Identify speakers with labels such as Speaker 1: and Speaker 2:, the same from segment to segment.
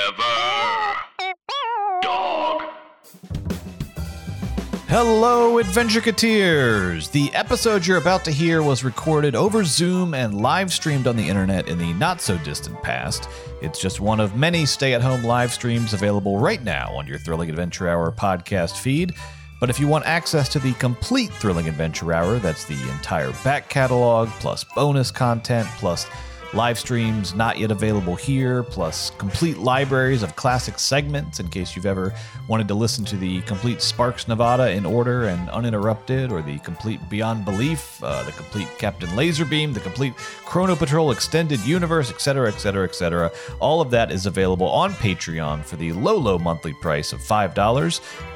Speaker 1: Forever. Dog.
Speaker 2: Hello, Adventurecateers! The episode you're about to hear was recorded over Zoom and live streamed on the internet in the not so distant past. It's just one of many stay at home live streams available right now on your Thrilling Adventure Hour podcast feed. But if you want access to the complete Thrilling Adventure Hour, that's the entire back catalog, plus bonus content, plus live streams not yet available here, plus complete libraries of classic segments in case you've ever wanted to listen to the complete Sparks Nevada in order and uninterrupted, or the complete Beyond Belief, uh, the complete Captain Laserbeam, the complete Chrono Patrol Extended Universe, etc., etc., etc. All of that is available on Patreon for the low, low monthly price of $5.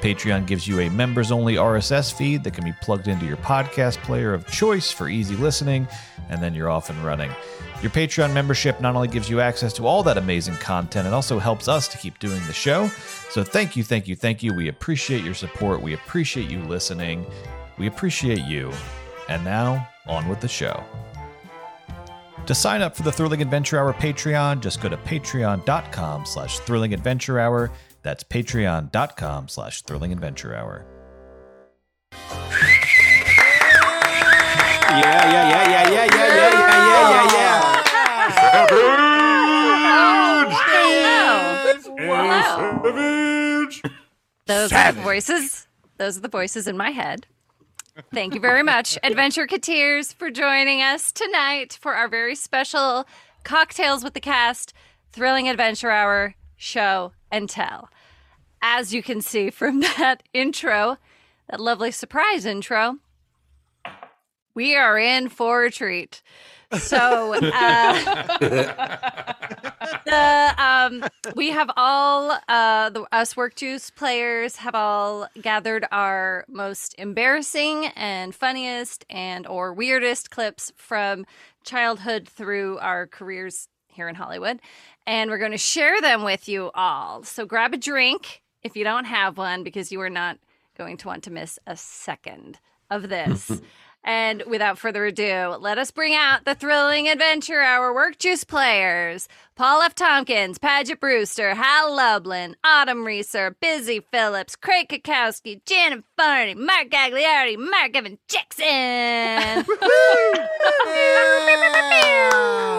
Speaker 2: Patreon gives you a members only RSS feed that can be plugged into your podcast player of choice for easy listening, and then you're off and running. Your Patreon membership not only gives you access to all that amazing content, it also helps us to keep doing the show. So thank you, thank you, thank you. We appreciate your support. We appreciate you listening. We appreciate you. And now, on with the show. To sign up for the Thrilling Adventure Hour Patreon, just go to patreon.com slash thrilling adventure hour. That's patreon.com slash thrilling adventure hour.
Speaker 3: Yeah, yeah, yeah, yeah, yeah, yeah, yeah, yeah, yeah, yeah,
Speaker 4: Wow. Those are the voices. Those are the voices in my head. Thank you very much, Adventure Cateers, for joining us tonight for our very special Cocktails with the Cast Thrilling Adventure Hour show and tell. As you can see from that intro, that lovely surprise intro, we are in for a treat. So, uh, the um, we have all uh, the us work juice players have all gathered our most embarrassing and funniest and or weirdest clips from childhood through our careers here in Hollywood, and we're going to share them with you all. So grab a drink if you don't have one because you are not going to want to miss a second of this. And without further ado, let us bring out the thrilling adventure hour work juice players Paul F. Tompkins, Paget Brewster, Hal Lublin, Autumn Reeser, Busy Phillips, Craig Kakowski, Janet Farney, Mark Gagliardi, Mark Evan Jackson.
Speaker 3: yeah.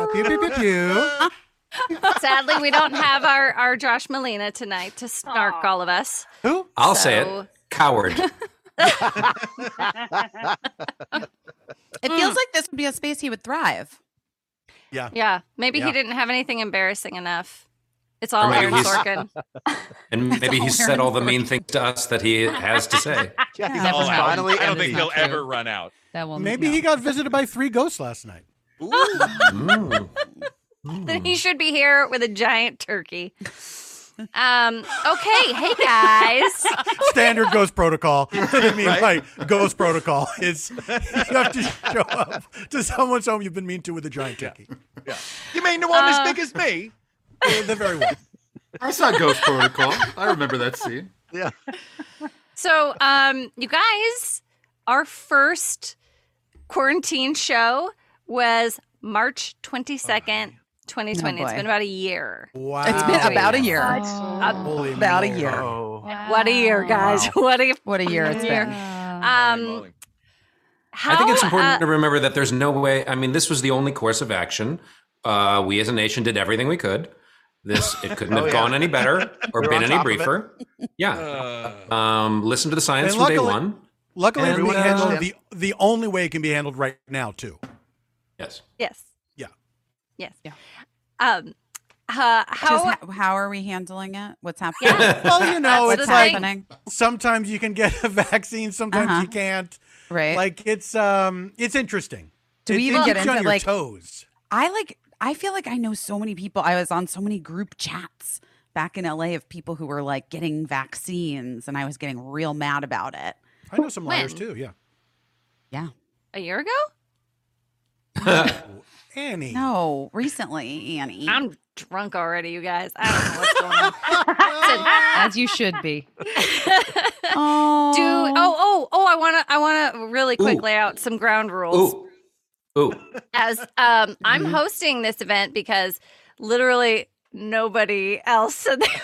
Speaker 3: Pew, pew, pew, pew.
Speaker 4: Sadly, we don't have our, our Josh Molina tonight to snark all of us.
Speaker 3: Who?
Speaker 5: I'll say
Speaker 4: So-
Speaker 5: it. Coward.
Speaker 6: It
Speaker 4: Mm.
Speaker 6: feels like this would be a space he would thrive.
Speaker 4: Yeah, maybe
Speaker 7: Yeah.
Speaker 4: he didn't have anything embarrassing enough. It's all
Speaker 5: Or maybe
Speaker 4: Aaron
Speaker 5: he's-
Speaker 4: Sorkin.
Speaker 5: And maybe he said all the mean things to us that he has to say.
Speaker 7: Yeah, he's
Speaker 8: Never
Speaker 7: all
Speaker 8: mind.
Speaker 7: out.
Speaker 8: Finally
Speaker 7: I don't think
Speaker 8: empty.
Speaker 7: he'll
Speaker 8: Not true.
Speaker 7: ever run out.
Speaker 8: That will
Speaker 3: Maybe
Speaker 8: no.
Speaker 3: he got visited by three ghosts last night.
Speaker 5: Mm.
Speaker 4: then he should be here with a giant turkey. Um, okay, hey guys.
Speaker 3: Standard ghost protocol. I mean, like ghost protocol is you have to show up to someone's home you've been mean to with a giant turkey.
Speaker 7: You mean the one
Speaker 4: Uh,
Speaker 7: as big as me?
Speaker 3: The- The very one.
Speaker 9: I saw Ghost Protocol. I remember that scene.
Speaker 4: So, um, you guys, our first quarantine show was March 22nd, 2020.
Speaker 6: Oh,
Speaker 4: it's
Speaker 6: boy.
Speaker 4: been about a year.
Speaker 3: Wow.
Speaker 6: It's been about a year.
Speaker 3: Holy
Speaker 6: about a
Speaker 3: moly.
Speaker 6: year.
Speaker 4: What a year, guys. What a
Speaker 6: What a year it's been.
Speaker 4: um how,
Speaker 5: I think it's important
Speaker 4: uh,
Speaker 5: to remember that there's no way. I mean, this was the only course of action. Uh, we as a nation did everything we could. This it couldn't have gone any better or
Speaker 9: We were
Speaker 5: been
Speaker 9: Oh, on
Speaker 5: any
Speaker 9: top of it.
Speaker 5: briefer. Yeah.
Speaker 7: Uh,
Speaker 5: Um, listen to the science
Speaker 3: And
Speaker 5: from day
Speaker 3: luckily-
Speaker 5: one.
Speaker 3: Luckily,
Speaker 5: And,
Speaker 3: it's being
Speaker 5: uh,
Speaker 3: handled the the only way it can be handled right now too.
Speaker 5: Yes.
Speaker 4: yes.
Speaker 3: Yeah.
Speaker 4: Yes.
Speaker 6: Yeah.
Speaker 4: Um uh,
Speaker 6: Just
Speaker 4: how
Speaker 6: ha- how are we handling it? What's happening?
Speaker 4: Yeah.
Speaker 3: Well, you know,
Speaker 4: That's
Speaker 3: it's
Speaker 4: the
Speaker 3: like
Speaker 4: thing.
Speaker 6: happening?
Speaker 3: sometimes you can get a vaccine, sometimes
Speaker 6: Uh-huh.
Speaker 3: you can't.
Speaker 6: Right.
Speaker 3: Like it's um, it's interesting.
Speaker 6: Do we
Speaker 3: It-
Speaker 6: even
Speaker 3: it
Speaker 6: get
Speaker 3: keeps
Speaker 6: into
Speaker 3: you on
Speaker 6: it,
Speaker 3: your
Speaker 6: like-
Speaker 3: toes?
Speaker 6: I like I feel like I know so many people. I was on so many group chats back in LA of people who were like getting vaccines and I was getting real mad about it.
Speaker 3: I know some liars too.
Speaker 4: When?
Speaker 3: Yeah,
Speaker 4: a year ago?
Speaker 3: Annie.
Speaker 6: No, recently, Annie.
Speaker 4: I'm drunk already, you guys. Uh, I don't know what's going on.
Speaker 8: As you should be.
Speaker 6: oh.
Speaker 4: Do oh oh oh I want to I want to really quick
Speaker 5: Ooh.
Speaker 4: lay out some ground rules
Speaker 5: Ooh. Ooh. Mm-hmm.
Speaker 4: as um I'm hosting this event because literally nobody else. And they-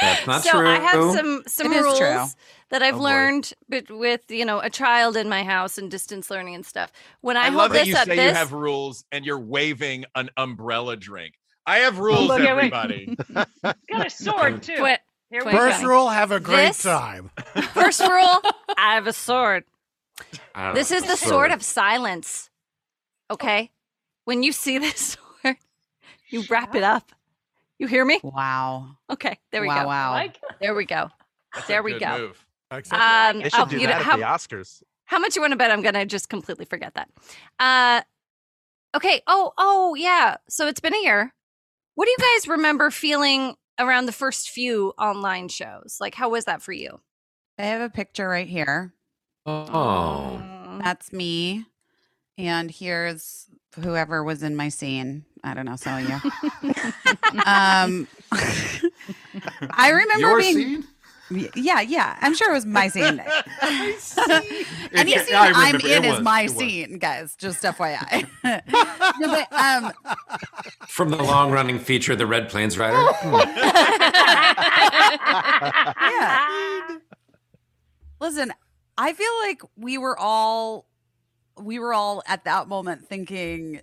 Speaker 5: That's not
Speaker 4: so
Speaker 5: true.
Speaker 4: I have some some
Speaker 6: It is
Speaker 4: rules
Speaker 6: true.
Speaker 4: that I've
Speaker 5: Oh, boy.
Speaker 4: learned, but with you know a child in my house and distance learning and stuff. When I,
Speaker 7: I
Speaker 4: hold
Speaker 7: love that
Speaker 4: this
Speaker 7: you
Speaker 4: up,
Speaker 7: say
Speaker 4: this
Speaker 7: you have rules and you're waving an umbrella drink. I have rules,
Speaker 8: Look, yeah, wait.
Speaker 7: everybody.
Speaker 8: Got a sword too.
Speaker 4: twen-
Speaker 8: Here we
Speaker 4: Twen-
Speaker 8: go.
Speaker 3: First rule, have a great
Speaker 4: This-
Speaker 3: time.
Speaker 4: first rule, I have a sword.
Speaker 5: I-
Speaker 4: This is the sword of silence. Okay? When you see this sword, you wrap it up. You hear me?
Speaker 6: Wow.
Speaker 4: Okay, there we
Speaker 6: wow,
Speaker 4: go.
Speaker 8: I
Speaker 6: Wow.
Speaker 8: like
Speaker 4: There we go.
Speaker 7: That's a
Speaker 4: There we
Speaker 7: good
Speaker 4: go.
Speaker 7: move.
Speaker 3: Accept-
Speaker 4: Um,
Speaker 10: They should
Speaker 4: oh,
Speaker 10: do
Speaker 4: you know,
Speaker 10: that at
Speaker 4: how,
Speaker 10: the Oscars.
Speaker 4: how much you want to bet? I'm gonna just completely forget that. Uh, okay. Oh, oh yeah. So it's been a year. What do you guys remember feeling around the first few online shows? Like, how was that for you?
Speaker 6: I have a picture right here.
Speaker 5: Oh.
Speaker 4: Mm.
Speaker 6: That's me. And here's whoever was in my scene. I don't know, Celia. um, I remember
Speaker 9: Your
Speaker 6: being.
Speaker 9: scene?
Speaker 6: Y- Yeah, yeah. I'm sure it was my scene. Any
Speaker 9: It-
Speaker 6: scene
Speaker 9: I
Speaker 6: I'm
Speaker 9: remember. It
Speaker 6: in is
Speaker 9: was.
Speaker 6: my
Speaker 9: It was.
Speaker 6: scene, guys. Just FYI. No, but, um,
Speaker 5: From the long running feature, The Red Plains Rider. Hmm.
Speaker 6: um, yeah. Listen, I feel like we were all we were all at that moment thinking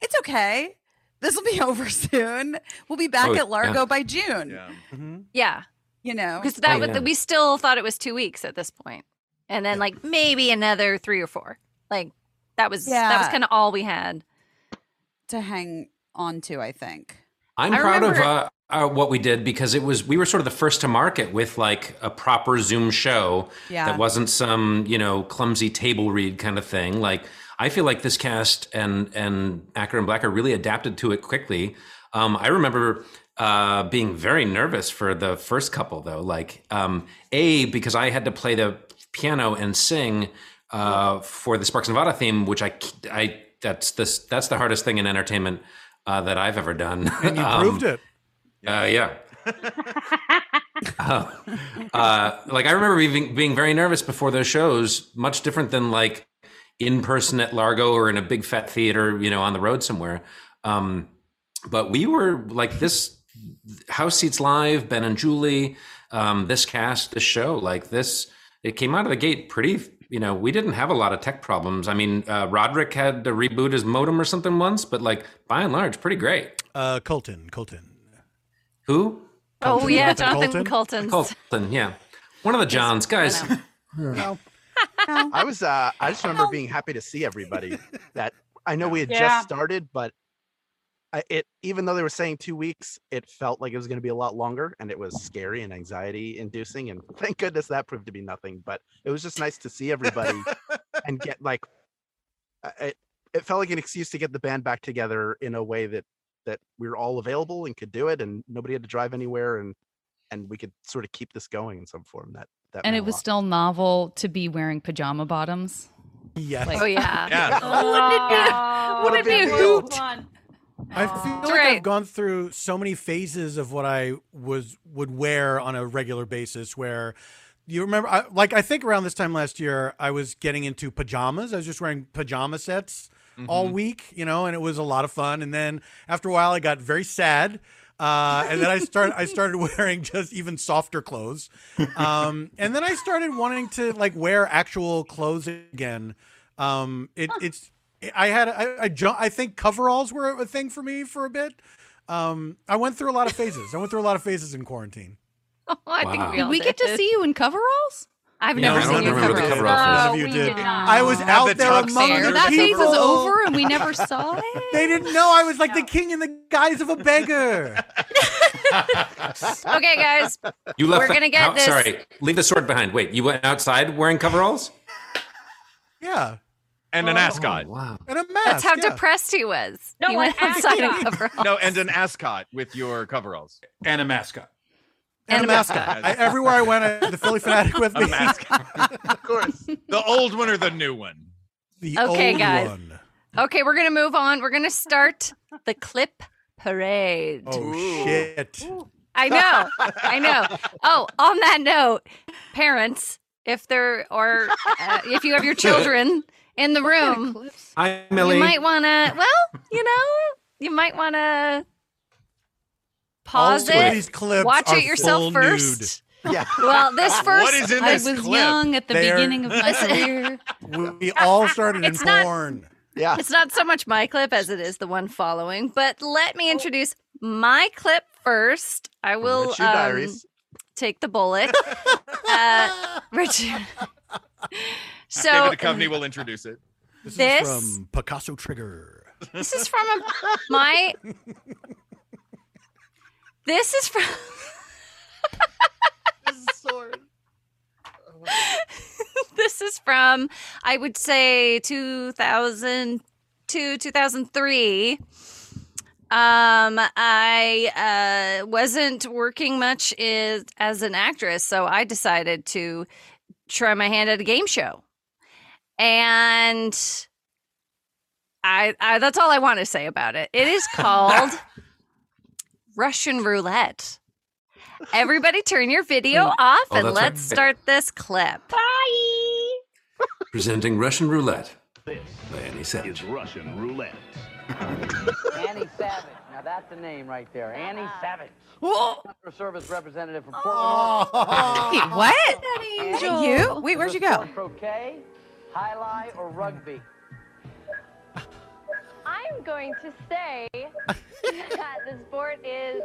Speaker 6: it's okay. This will be over soon. We'll be back
Speaker 5: Oh,
Speaker 6: at Largo
Speaker 5: yeah.
Speaker 6: by June.
Speaker 7: Yeah.
Speaker 3: Mm-hmm.
Speaker 4: yeah.
Speaker 6: You know.
Speaker 4: because that
Speaker 5: Oh,
Speaker 4: was
Speaker 5: yeah.
Speaker 4: we still thought it was two weeks at this point, and then like maybe another three or four. Like that was that was
Speaker 6: Yeah.
Speaker 4: kind of all we had.
Speaker 6: To hang on to, I think.
Speaker 5: I'm
Speaker 4: I
Speaker 5: proud of
Speaker 4: remember-
Speaker 5: uh, uh, what we did because it was we were sort of the first to market with like a proper Zoom show
Speaker 6: Yeah.
Speaker 5: that wasn't some you know clumsy table read kind of thing. Like I feel like this cast and and Acker and Blacker really adapted to it quickly. Um, I remember uh, being very nervous for the first couple though, like um, a because I had to play the piano and sing uh, for the Sparks Nevada theme, which I c- I that's this that's the hardest thing in entertainment. Uh, that I've ever done.
Speaker 3: and you
Speaker 5: Um,
Speaker 3: proved it.
Speaker 5: uh, yeah. uh, uh, like I remember being, being very nervous before those shows, much different than like in person at Largo or in a big fat theater, you know, on the road somewhere. Um, but we were like this House Seats Live, Ben and Julie, um, this cast, this show, like this, it came out of the gate pretty, you know, we didn't have a lot of tech problems. I mean, uh, Roderick had to reboot his modem or something once, but like by and large, pretty great.
Speaker 3: Uh, Colton, Colton.
Speaker 5: Who?
Speaker 4: oh yeah,
Speaker 3: Jonathan
Speaker 4: Jonathan Colton.
Speaker 5: Colton, yeah. One of the Johns, guys.
Speaker 4: I know.
Speaker 3: Mm.
Speaker 6: No.
Speaker 10: I was uh I just remember
Speaker 6: Well-
Speaker 10: being happy to see everybody that I know we had
Speaker 8: Yeah.
Speaker 10: just started, but I, it even though they were saying two weeks, it felt like it was going to be a lot longer, and it was scary and anxiety inducing. And thank goodness that proved to be nothing. But it was just nice to see everybody and get like uh, it. It felt like an excuse to get the band back together in a way that that we were all available and could do it, and nobody had to drive anywhere, and and we could sort of keep this going in some form. That that
Speaker 8: And
Speaker 10: meant
Speaker 8: it
Speaker 10: a
Speaker 8: was
Speaker 10: lot.
Speaker 8: still novel to be wearing pajama bottoms.
Speaker 3: Yes.
Speaker 8: Like-
Speaker 4: Oh yeah.
Speaker 7: Yeah.
Speaker 4: Oh,
Speaker 10: wouldn't it be a hoot?
Speaker 3: I feel like
Speaker 4: Right.
Speaker 3: I've gone through so many phases of what I was would wear on a regular basis. Where you remember, I, like I think around this time last year, I was getting into pajamas. I was just wearing pajama sets all week, you know, and it was a lot of fun. And then after a while, I got very sad. Uh, and then I start I started wearing just even softer clothes, um, and then I started wanting to like wear actual clothes again. Um, it, it's I had I, I ju- I think coveralls were a thing for me for a bit. Um, I went through a lot of phases. I went through a lot of phases in quarantine.
Speaker 4: I think
Speaker 5: Wow.
Speaker 4: we
Speaker 5: Did
Speaker 8: Did
Speaker 4: all
Speaker 8: we get to
Speaker 4: did.
Speaker 8: see you in coveralls?
Speaker 4: I've
Speaker 5: Yeah,
Speaker 4: never
Speaker 5: I don't
Speaker 4: seen you
Speaker 5: remember
Speaker 4: cover
Speaker 5: the
Speaker 4: it.
Speaker 5: cover off.
Speaker 3: None of you did. I was
Speaker 7: Have the
Speaker 3: out there
Speaker 7: tux
Speaker 3: among
Speaker 7: on
Speaker 3: the
Speaker 7: your
Speaker 8: That phase is
Speaker 3: people.
Speaker 8: over, and we never saw it.
Speaker 3: They didn't know I was like the king in the guise of a beggar.
Speaker 4: Okay, guys.
Speaker 5: You left.
Speaker 4: We're
Speaker 5: the-
Speaker 4: gonna get
Speaker 5: oh,
Speaker 4: this.
Speaker 5: Sorry, leave the sword behind. Wait, you went outside wearing coveralls?
Speaker 3: Yeah,
Speaker 7: And an ascot.
Speaker 5: Oh, wow.
Speaker 3: and a mask.
Speaker 4: That's how
Speaker 3: yeah.
Speaker 4: depressed he was.
Speaker 8: No,
Speaker 4: he
Speaker 8: I
Speaker 4: went
Speaker 8: asked
Speaker 4: outside
Speaker 8: you.
Speaker 4: and cover all.
Speaker 7: No, and an ascot with your coveralls.
Speaker 9: And a mascot.
Speaker 3: and a mascot. I, everywhere I went, I, the Philly fanatic with me.
Speaker 7: A mask.
Speaker 10: of course.
Speaker 7: the old one or the new one?
Speaker 3: The
Speaker 4: Okay,
Speaker 3: old
Speaker 4: guys.
Speaker 3: one.
Speaker 4: Okay, we're gonna move on. We're gonna start the clip parade.
Speaker 3: Oh
Speaker 7: Ooh.
Speaker 3: shit!
Speaker 4: I know. I know. Oh, on that note, parents, if they're or uh, if you have your children in the room,
Speaker 5: Hi,
Speaker 4: you
Speaker 5: Millie.
Speaker 4: might want to. Well, you know, you might want to pause
Speaker 3: All of
Speaker 4: it,
Speaker 3: these clips
Speaker 4: watch
Speaker 3: are
Speaker 4: it yourself
Speaker 3: full
Speaker 4: first.
Speaker 10: nude. Yeah.
Speaker 4: Well, this first.
Speaker 3: What is in
Speaker 8: I
Speaker 3: this
Speaker 8: was
Speaker 3: clip?
Speaker 8: young at the
Speaker 3: They are-
Speaker 8: beginning of my career.
Speaker 3: We we all started in
Speaker 4: It's not-
Speaker 3: porn.
Speaker 10: Yeah.
Speaker 4: It's not so much my clip as it is the one following. But let me introduce my clip first. I will
Speaker 10: Richie
Speaker 4: um,
Speaker 10: Diaries.
Speaker 4: take the bullet. uh, Richard. So
Speaker 7: David Duchovny will introduce it.
Speaker 3: This,
Speaker 4: This-
Speaker 3: is from Picasso Trigger.
Speaker 4: This is from a, my. This is from. this is from, I would say, 2002, 2003. Um, I uh, wasn't working much is, as an actress, so I decided to try my hand at a game show. And I, I that's all I want to say about it. It is called Russian roulette. Everybody turn your video off
Speaker 5: Oh,
Speaker 4: and
Speaker 5: that's
Speaker 4: let's
Speaker 5: right.
Speaker 4: start this clip.
Speaker 1: Bye.
Speaker 5: Presenting Russian roulette
Speaker 11: This
Speaker 5: by Annie Savage.
Speaker 11: is Russian roulette.
Speaker 12: Annie Savage. Now that's the name right there. Annie
Speaker 6: Uh-huh.
Speaker 12: Savage. Customer service representative from Portland.
Speaker 6: Wait, what? Is that you? Wait, where'd you go?
Speaker 12: Croquet, high lie, or rugby.
Speaker 13: I'm going to say that the sport is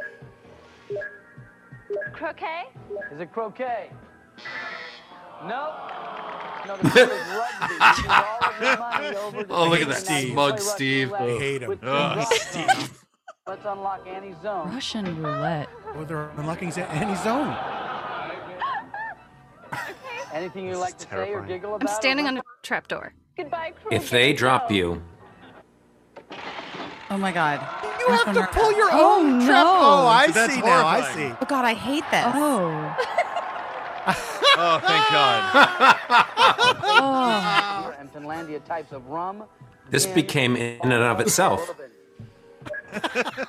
Speaker 13: croquet.
Speaker 12: Is it croquet? No. No, the sport is rugby. You can all win your money over to
Speaker 9: Oh, look at
Speaker 12: the
Speaker 9: that
Speaker 12: team you
Speaker 9: smug
Speaker 12: play rugby
Speaker 9: Steve. I
Speaker 12: with.
Speaker 3: hate him.
Speaker 12: With two
Speaker 9: Ugh,
Speaker 12: rugby on. Let's unlock Annie's zone.
Speaker 8: Russian roulette.
Speaker 3: Or Oh, they're unlocking Z- any zone.
Speaker 12: Anything you like to say or giggle
Speaker 4: I'm
Speaker 12: about?
Speaker 4: standing on a trapdoor.
Speaker 13: Goodbye, crew.
Speaker 5: If they drop you,
Speaker 6: Oh my god.
Speaker 3: You have to pull your
Speaker 6: Oh,
Speaker 3: own
Speaker 6: no.
Speaker 3: trap. Oh, I
Speaker 6: That's
Speaker 3: see now. I
Speaker 6: horrifying.
Speaker 3: see.
Speaker 6: Oh god, I hate this. Oh.
Speaker 7: Oh, thank God.
Speaker 12: Oh. And Finlandia types of rum.
Speaker 5: this
Speaker 12: gin,
Speaker 5: became in and of itself.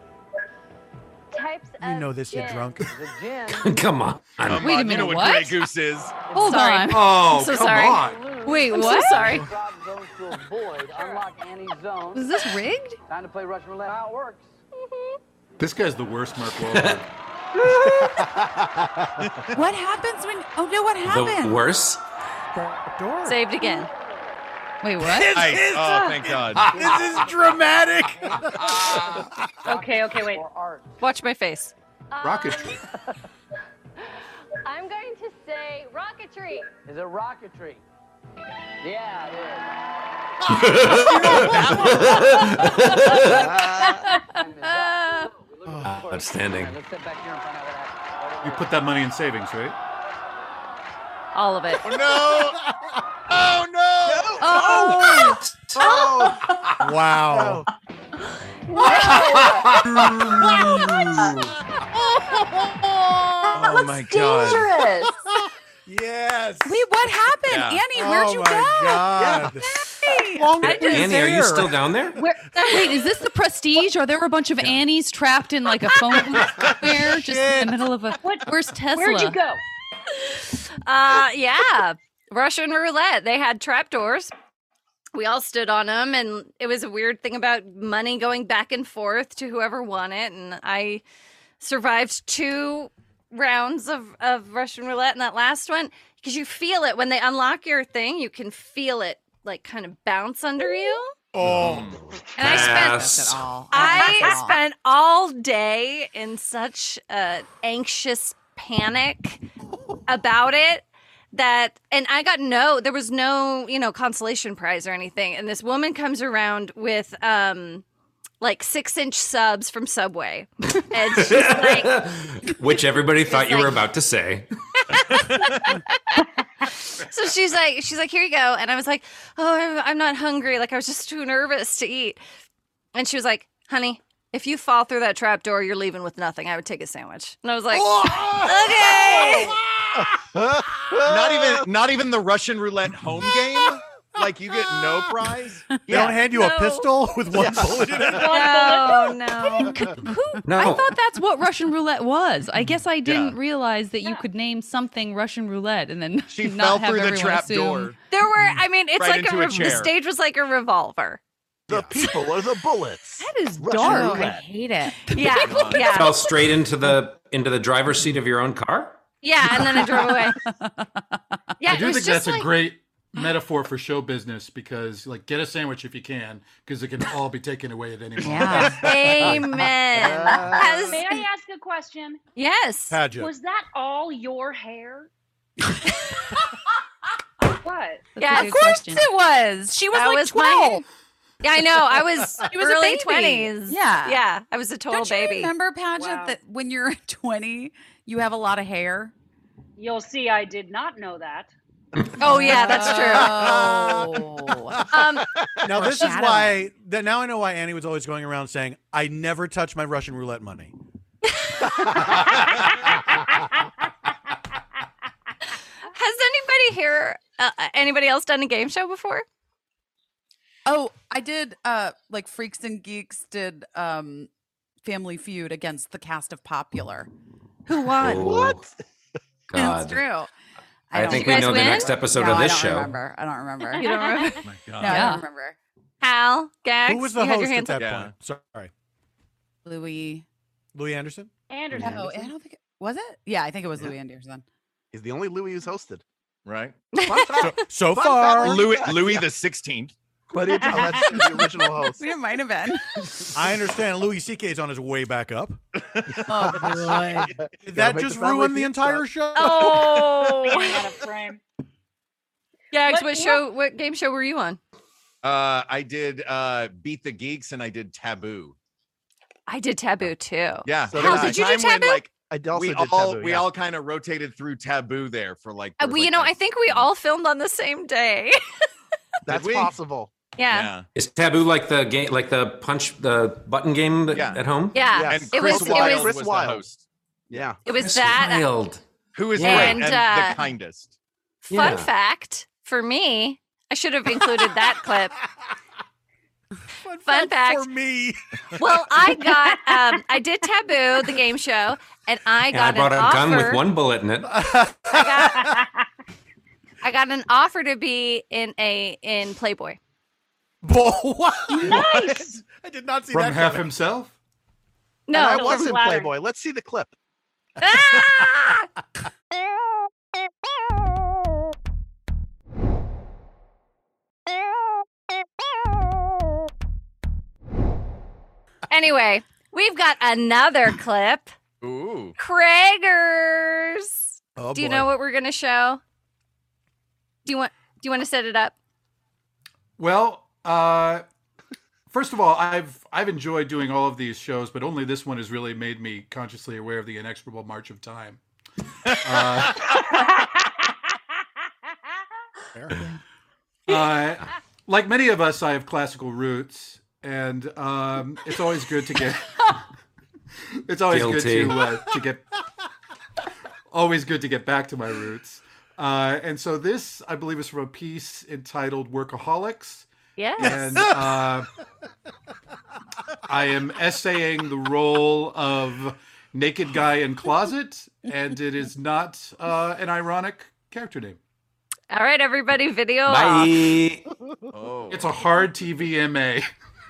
Speaker 13: Types
Speaker 3: You know this, you drunk.
Speaker 12: The gin.
Speaker 5: Come on.
Speaker 7: Come
Speaker 8: Wait a
Speaker 7: on, You know
Speaker 8: minute,
Speaker 7: what,
Speaker 8: what?
Speaker 7: Grey Goose is.
Speaker 8: Hold
Speaker 4: Sorry.
Speaker 8: on.
Speaker 9: Oh,
Speaker 4: I'm so
Speaker 9: come
Speaker 4: sorry.
Speaker 9: on.
Speaker 4: Wait,
Speaker 12: I'm so
Speaker 4: what?
Speaker 12: sorry. Drop zones to avoid, unlock Annie's zone.
Speaker 4: Was this rigged?
Speaker 12: Time to play Russian roulette. How it works.
Speaker 9: This guy's the worst Mark Wahlberg.
Speaker 6: What happens when Oh no, what
Speaker 5: The
Speaker 6: happened?
Speaker 5: worse.
Speaker 3: Door.
Speaker 4: Saved again.
Speaker 8: Wait,
Speaker 3: This
Speaker 8: what?
Speaker 7: Nice.
Speaker 3: is-
Speaker 7: Oh, thank God.
Speaker 3: This is dramatic.
Speaker 13: Okay, okay, wait.
Speaker 12: Or art. Um,
Speaker 4: Watch my face.
Speaker 9: Rocketry.
Speaker 13: I'm going to say rocketry.
Speaker 12: Is it rocketry? Yeah, it is. Time is up. So, we're looking for-
Speaker 5: Outstanding.
Speaker 12: All right, Let's sit back here and find out what
Speaker 9: You
Speaker 12: happened.
Speaker 9: put that money in savings, right?
Speaker 4: All of it.
Speaker 7: Oh, no. Oh, no.
Speaker 6: Oh,
Speaker 10: Oh,
Speaker 3: Wow.
Speaker 7: Oh, my God.
Speaker 3: Yes.
Speaker 6: wait, what happened?
Speaker 7: Yeah.
Speaker 6: Annie, where'd
Speaker 3: oh
Speaker 6: you
Speaker 3: my
Speaker 6: go?
Speaker 3: God.
Speaker 6: Hey.
Speaker 5: Annie, are you still down there?
Speaker 8: Where, wait, is this the prestige? Are there a bunch of Annies trapped in like a phone booth somewhere, just in the middle of a?
Speaker 13: What-
Speaker 8: Where's Tesla?
Speaker 13: Where'd you go?
Speaker 4: Uh, yeah. Russian roulette. They had trapdoors. We all stood on them, and it was a weird thing about money going back and forth to whoever won it. And I survived two rounds of, of Russian roulette, and that last one, because you feel it when they unlock your thing, you can feel it like kind of bounce under you.
Speaker 5: Mm.
Speaker 7: Oh.
Speaker 4: And I spent
Speaker 5: Pass.
Speaker 6: all.
Speaker 4: I spent all day in such uh, anxious panic about it that, and I got no, there was no, you know, consolation prize or anything. And this woman comes around with um, like six inch subs from Subway. And she's like,
Speaker 5: Which everybody thought you were
Speaker 4: like-
Speaker 5: about to say.
Speaker 4: so she's like, she's like, here you go. And I was like, oh, I'm, I'm not hungry. Like I was just too nervous to eat. And she was like, honey, if you fall through that trap door, you're leaving with nothing. I would take a sandwich. And I was like,
Speaker 3: Oh.
Speaker 4: okay.
Speaker 7: Not even, not even the Russian roulette home game. Like you get no prize.
Speaker 3: They don't hand you a
Speaker 4: No.
Speaker 3: pistol with one bullet in it.
Speaker 8: Oh,
Speaker 4: No, no.
Speaker 5: No.
Speaker 8: I thought that's what Russian roulette was. I guess I didn't
Speaker 7: Yeah.
Speaker 8: realize that you could name something Russian roulette and then
Speaker 7: She
Speaker 8: not
Speaker 7: fell
Speaker 8: have
Speaker 7: through the
Speaker 8: everyone
Speaker 7: trap
Speaker 8: assume-
Speaker 7: door.
Speaker 4: There were, I mean, it's
Speaker 7: Right
Speaker 4: like a,
Speaker 7: into a
Speaker 4: rev- the
Speaker 7: chair.
Speaker 4: stage was like a revolver.
Speaker 10: The people are the bullets.
Speaker 8: That is
Speaker 10: Russian
Speaker 8: dark. I
Speaker 10: roulette.
Speaker 8: hate it.
Speaker 4: Yeah, yeah,
Speaker 5: Fell straight into the into the driver's seat of your own car.
Speaker 4: yeah, and then I drove away. Yeah,
Speaker 9: I
Speaker 4: it
Speaker 9: do
Speaker 4: was
Speaker 9: think
Speaker 4: just
Speaker 9: that's
Speaker 4: like-
Speaker 9: a great metaphor for show business because, like, get a sandwich if you can, because it can all be taken away at any moment.
Speaker 4: Amen. Has-
Speaker 11: May I ask a question?
Speaker 4: Yes.
Speaker 9: Padgett.
Speaker 11: Was that all your hair? what?
Speaker 4: yeah,
Speaker 6: of course it was. She was
Speaker 4: That
Speaker 6: like
Speaker 4: was my-
Speaker 6: twelve.
Speaker 4: Yeah, I know. I was,
Speaker 6: She was a
Speaker 4: early
Speaker 6: baby.
Speaker 4: twenties.
Speaker 6: Yeah.
Speaker 4: yeah, I was a total
Speaker 6: Don't
Speaker 4: baby.
Speaker 6: You remember, Pageant, that when you're 20, you have a lot of hair.
Speaker 11: You'll see. I did not know that.
Speaker 4: Oh yeah, that's
Speaker 6: true.
Speaker 4: um,
Speaker 3: Now this is why that now I know why Annie was always going around saying, "I never touch my Russian roulette money."
Speaker 4: Has anybody here, uh, uh, anybody else, done a game show before?
Speaker 6: Oh, I did uh like Freaks and Geeks did um Family Feud against the cast of Popular. Who won?
Speaker 5: Oh,
Speaker 6: It's
Speaker 5: God.
Speaker 6: true.
Speaker 5: I
Speaker 6: don't-
Speaker 5: think we know the next episode
Speaker 6: No,
Speaker 5: of this
Speaker 6: I don't
Speaker 5: show.
Speaker 6: Remember. I don't remember.
Speaker 4: You don't remember?
Speaker 6: No, I
Speaker 4: Yeah.
Speaker 6: don't remember.
Speaker 4: Hal, Gags,
Speaker 3: Who was the
Speaker 4: you had
Speaker 3: host
Speaker 4: your
Speaker 3: at
Speaker 4: hands
Speaker 3: that
Speaker 4: up.
Speaker 3: point? Sorry,
Speaker 6: Louis.
Speaker 3: Louis Anderson.
Speaker 11: Anderson.
Speaker 8: Oh,
Speaker 6: No, I don't think it was it. Yeah, I think it was Louis Anderson.
Speaker 10: He's the only Louis who's hosted.
Speaker 7: Right.
Speaker 10: So,
Speaker 3: so
Speaker 7: far, Louis Louis the Sixteenth.
Speaker 10: But it's oh, that's the original host.
Speaker 6: It might have been.
Speaker 3: I understand Louis C.K.'s on his way back up.
Speaker 6: Oh,
Speaker 3: boy. that just ruined the entire show.
Speaker 11: Oh.
Speaker 4: Gags,
Speaker 11: But
Speaker 4: what
Speaker 11: you-
Speaker 4: show? What game show were you on?
Speaker 7: Uh, I did uh, Beat the Geeks and I did Taboo.
Speaker 4: I did Taboo too.
Speaker 7: Yeah.
Speaker 4: Hal,
Speaker 7: there was a
Speaker 4: Oh, did you do
Speaker 7: time when,
Speaker 4: Taboo? Uh,
Speaker 7: like,
Speaker 10: I also
Speaker 7: we
Speaker 10: did
Speaker 7: all
Speaker 10: Taboo,
Speaker 7: we
Speaker 10: yeah.
Speaker 7: all kind of rotated through Taboo there for like. there
Speaker 4: Uh,
Speaker 7: was,
Speaker 4: we, you
Speaker 7: like,
Speaker 4: know,
Speaker 7: that-
Speaker 4: I think we all filmed on the same day.
Speaker 10: That's
Speaker 7: we?
Speaker 10: possible.
Speaker 4: yeah.
Speaker 5: Is taboo like the game, like the punch the button game that, at home?
Speaker 4: Yeah.
Speaker 10: Yes.
Speaker 4: It was. It was.
Speaker 10: Chris Wilde. Yeah.
Speaker 4: It was that.
Speaker 5: Wild.
Speaker 7: Who is
Speaker 4: Yeah.
Speaker 7: great
Speaker 4: And,
Speaker 7: and,
Speaker 4: uh,
Speaker 7: the kindest?
Speaker 4: Fun
Speaker 7: Yeah.
Speaker 4: fact for me, I should have included that clip. Fun, fact.
Speaker 3: for me.
Speaker 4: Well, I got, um, I did Taboo, the game show, and I
Speaker 5: And
Speaker 4: got
Speaker 5: I brought
Speaker 4: an
Speaker 5: a
Speaker 4: offer.
Speaker 5: gun with one bullet in it.
Speaker 4: I got an offer to be in a in Playboy.
Speaker 3: What?
Speaker 4: Nice.
Speaker 3: I did not see
Speaker 9: From
Speaker 3: that.
Speaker 9: half
Speaker 3: coming.
Speaker 9: himself?
Speaker 4: No,
Speaker 10: I
Speaker 4: from
Speaker 10: was in
Speaker 4: Louder.
Speaker 10: Playboy. Let's see the clip.
Speaker 4: Anyway, we've got another clip.
Speaker 7: Ooh.
Speaker 4: Craigers.
Speaker 7: Oh,
Speaker 4: do you
Speaker 7: boy.
Speaker 4: know what we're gonna show? Do you want? Do you want to set it up?
Speaker 9: Well, uh, first of all, I've I've enjoyed doing all of these shows, but only this one has really made me consciously aware of the inexorable march of time. Uh, uh, like many of us, I have classical roots, and um, it's always good to get. it's always
Speaker 5: Guilty.
Speaker 9: good to uh, to get. Always good to get back to my roots. Uh, and so this, I believe, is from a piece entitled "Workaholics."
Speaker 4: Yes.
Speaker 9: And uh, I am essaying the role of naked guy in closet, and it is not uh, an ironic character name.
Speaker 4: All right, everybody, video off.
Speaker 9: Bye.
Speaker 7: Oh.
Speaker 9: It's a hard TVMA.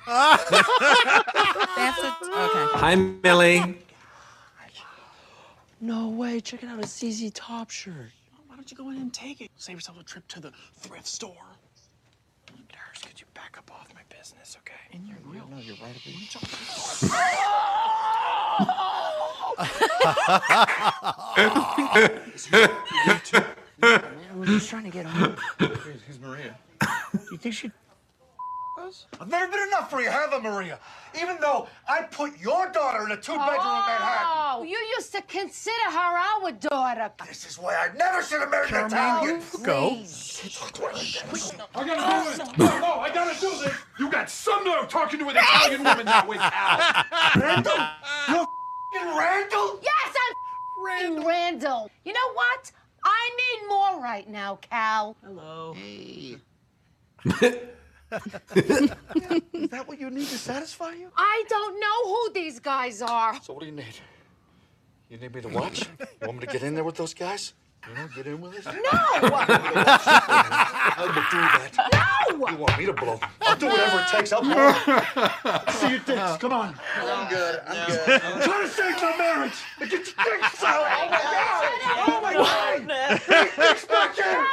Speaker 5: Hi, Millie.
Speaker 14: No way. Check it out. It's ZZ Top shirt. Why don't you go in and take it? Save yourself a trip to the thrift store. Look at hers. Could you back up off my business, okay? And you're real. No, you're right.
Speaker 15: We're just trying to get home. Who's Maria? You think she
Speaker 16: I've never been enough for you, have I, Maria? Even though I put your daughter in a two-bedroom in Manhattan.
Speaker 17: Oh, you used to consider her our daughter. This is why I
Speaker 16: Never should have married an Italian.
Speaker 17: Go.
Speaker 16: I gotta do it. No, no, I gotta do this. You got some nerve talking to an Italian woman that way, pal. Randall, you're f***ing Randall.
Speaker 17: Yes, I'm Randall. Randall. You know what? I need more right now, Cal. Hello. Hey.
Speaker 16: Is that what you need to satisfy you?
Speaker 17: I don't know who these guys are.
Speaker 16: So what do you need? You need me to watch? You want me to get in there with those guys?
Speaker 15: You don't get in with us?
Speaker 16: No!
Speaker 15: I'll do that.
Speaker 16: No!
Speaker 15: You want me to blow? I'll do whatever it takes. I'll blow.
Speaker 16: See your dicks. Come on.
Speaker 15: I'm good. I'm
Speaker 16: good. I'm trying to save my marriage. Get your dicks out. Oh my god. Oh my god. Get your dicks back in.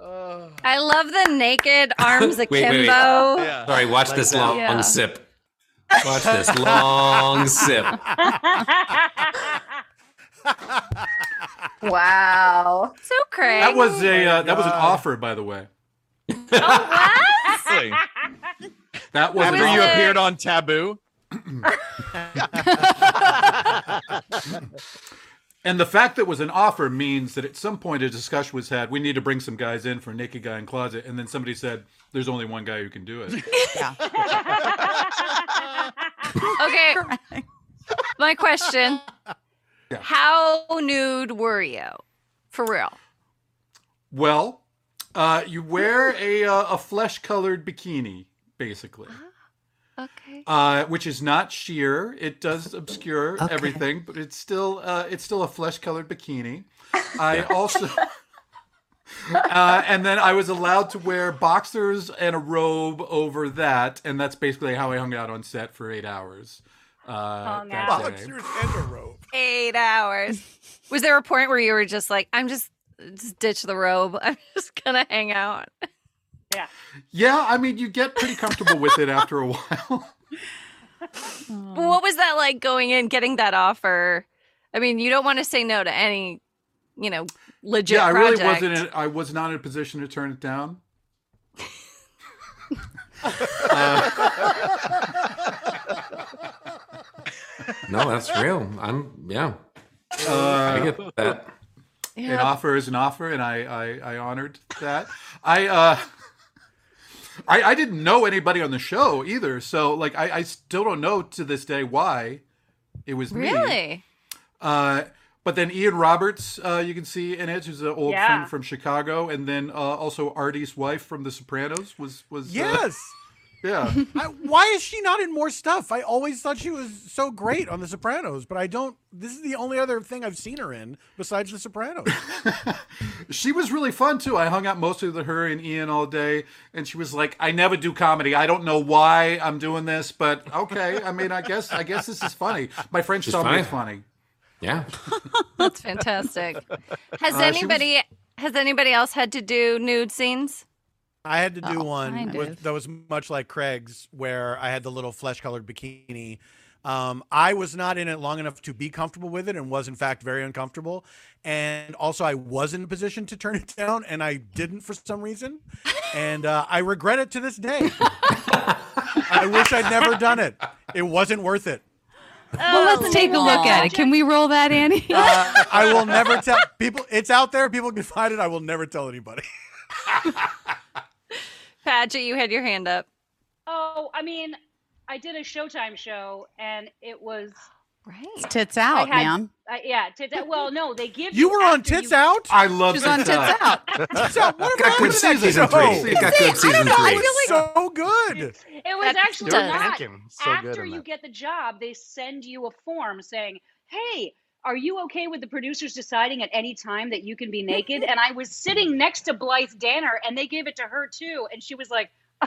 Speaker 4: I love the naked arms
Speaker 5: Wait,
Speaker 4: akimbo.
Speaker 5: wait, wait. Sorry, watch
Speaker 4: Like
Speaker 5: this
Speaker 4: that.
Speaker 5: long
Speaker 4: Yeah.
Speaker 5: sip. Watch this long sip.
Speaker 13: wow.
Speaker 4: So crazy.
Speaker 9: That was a uh, that was an offer, by the way. Oh, That was an
Speaker 7: After you
Speaker 9: offer.
Speaker 7: appeared on Taboo.
Speaker 9: And the fact that it was an offer means that at some point a discussion was had. We need to bring some guys in for Naked Guy in Closet, and then somebody said, "There's only one guy who can do it."
Speaker 4: okay. My question. How nude were you? For real.
Speaker 9: well, uh, you wear a uh, a flesh colored bikini, basically,
Speaker 4: Okay.
Speaker 9: uh, which is not sheer. It does obscure everything, but it's still uh, it's still a flesh colored bikini. I also. Uh, and then I was allowed to wear boxers and a robe over that, and that's basically how I hung out on set for eight hours. Uh,
Speaker 4: Hung
Speaker 9: that
Speaker 4: out.
Speaker 9: day.
Speaker 4: Eight hours. Was there a point where you were just like, I'm just, just ditch the robe. I'm just gonna hang out. Yeah.
Speaker 9: Yeah, I mean, you get pretty comfortable with it after a while.
Speaker 4: What was that like going in, getting that offer? I mean, you don't want to say no to any, you know, legit
Speaker 9: yeah, I
Speaker 4: project.
Speaker 9: really wasn't. In, I was not in a position to turn it down.
Speaker 5: Um,
Speaker 9: Uh,
Speaker 5: No, that's real. I'm yeah.
Speaker 9: Uh,
Speaker 5: I get that.
Speaker 9: An
Speaker 5: Yeah.
Speaker 9: offer is an offer, and I I, I honored that. I uh, I I didn't know anybody on the show either, so like I I still don't know to this day why it was me.
Speaker 4: Really?
Speaker 9: Uh, but then Ian Roberts, uh, you can see in it, who's an old
Speaker 4: Yeah.
Speaker 9: friend from Chicago, and then uh, also Artie's wife from The Sopranos was was uh,
Speaker 3: Yes.
Speaker 9: yeah.
Speaker 3: I, why is she not in more stuff? I always thought she was so great on The Sopranos, but I don't. This is the only other thing I've seen her in besides The Sopranos.
Speaker 9: She was really fun too. I hung out mostly with her and Ian all day, and she was like, "I never do comedy. I don't know why I'm doing this, but okay. I mean, I guess I guess this is funny. My friends
Speaker 5: She's
Speaker 9: saw me
Speaker 5: funny.
Speaker 9: as funny.
Speaker 5: Yeah.
Speaker 4: That's fantastic. Has
Speaker 9: Uh, she was-
Speaker 4: anybody has anybody else had to do nude scenes?
Speaker 3: I had to do one
Speaker 4: kind
Speaker 3: with, that was much like Craig's, where I had the little flesh colored bikini. Um, I was not in it long enough to be comfortable with it and was, in fact, very uncomfortable. And also, I was in a position to turn it down and I didn't for some reason. And uh, I regret it to this day. I wish I'd never done it. It wasn't worth it.
Speaker 4: Oh,
Speaker 8: well, let's take a look at it. Can we roll that, Annie?
Speaker 3: Uh, I will never tell people. It's out there. People can find it. I will never tell anybody.
Speaker 4: Padgett, you had your hand up.
Speaker 11: Oh, I mean, I did a Showtime show, and it was
Speaker 4: right.
Speaker 6: It's tits out, ma'am.
Speaker 11: Uh, yeah, tits out. Well, no, they give
Speaker 3: You were on Tits Out?
Speaker 9: I love
Speaker 6: She's on Tits Out.
Speaker 3: Tits Out. What
Speaker 5: Got good season three. Got good season three.
Speaker 3: so good.
Speaker 11: It was
Speaker 3: That's
Speaker 11: actually
Speaker 3: dope.
Speaker 11: not.
Speaker 3: Thank him. So good
Speaker 11: After
Speaker 3: in
Speaker 11: you
Speaker 3: that.
Speaker 11: get the job, they send you a form saying, "Hey, are you okay with the producers deciding at any time that you can be naked?" and I was sitting next to Blythe Danner, and they gave it to her too, and she was like. "Uh,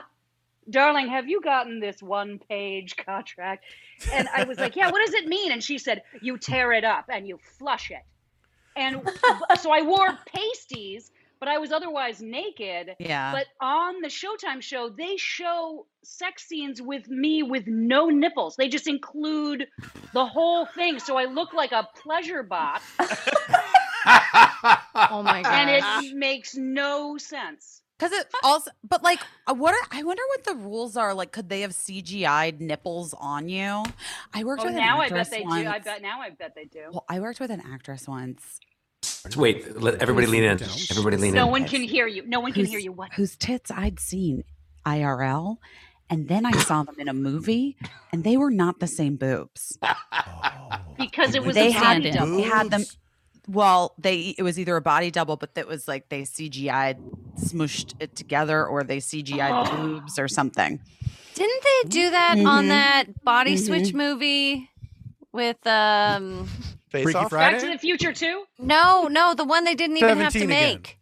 Speaker 11: Darling, have you gotten this one page contract? And I was like, Yeah, what does it mean? And she said, You tear it up and you flush it. And so I wore pasties, but I was otherwise naked.
Speaker 6: Yeah.
Speaker 11: But on the Showtime show, they show sex scenes with me with no nipples. They just include the whole thing. So I look like a pleasure bot.
Speaker 4: oh my
Speaker 11: And
Speaker 6: gosh.
Speaker 11: it makes no sense.
Speaker 6: Because it also, but like, uh, what are, I wonder what the rules are. Like, could they have CGI'd nipples on you? I worked
Speaker 11: Oh,
Speaker 6: with an
Speaker 11: now I
Speaker 6: actress
Speaker 11: bet they
Speaker 6: once.
Speaker 11: do. I bet now I bet they do.
Speaker 6: Well, I worked with an actress once.
Speaker 5: Let's wait. Let everybody lean in. Everybody lean
Speaker 11: no
Speaker 5: in.
Speaker 11: one can hear you. No one can
Speaker 6: whose-
Speaker 11: hear you. What?
Speaker 6: Whose tits I'd seen IRL, and then I saw them in a movie, and they were not the same boobs.
Speaker 11: Because it was
Speaker 6: they
Speaker 11: a
Speaker 6: had
Speaker 11: body
Speaker 6: them.
Speaker 11: double.
Speaker 6: They had them. Well, they it was either a body double, but that was like they CGI'd smushed it together, or they CGI'd
Speaker 4: Oh.
Speaker 6: boobs or something.
Speaker 9: Mm-hmm.
Speaker 4: Didn't they do that
Speaker 6: Mhm.
Speaker 4: on that body
Speaker 6: Mhm.
Speaker 4: switch movie with um
Speaker 11: Face Freaky Off? Friday? Back to the Future too?
Speaker 4: No, no, the one they didn't even have to
Speaker 5: 17 again.
Speaker 4: make.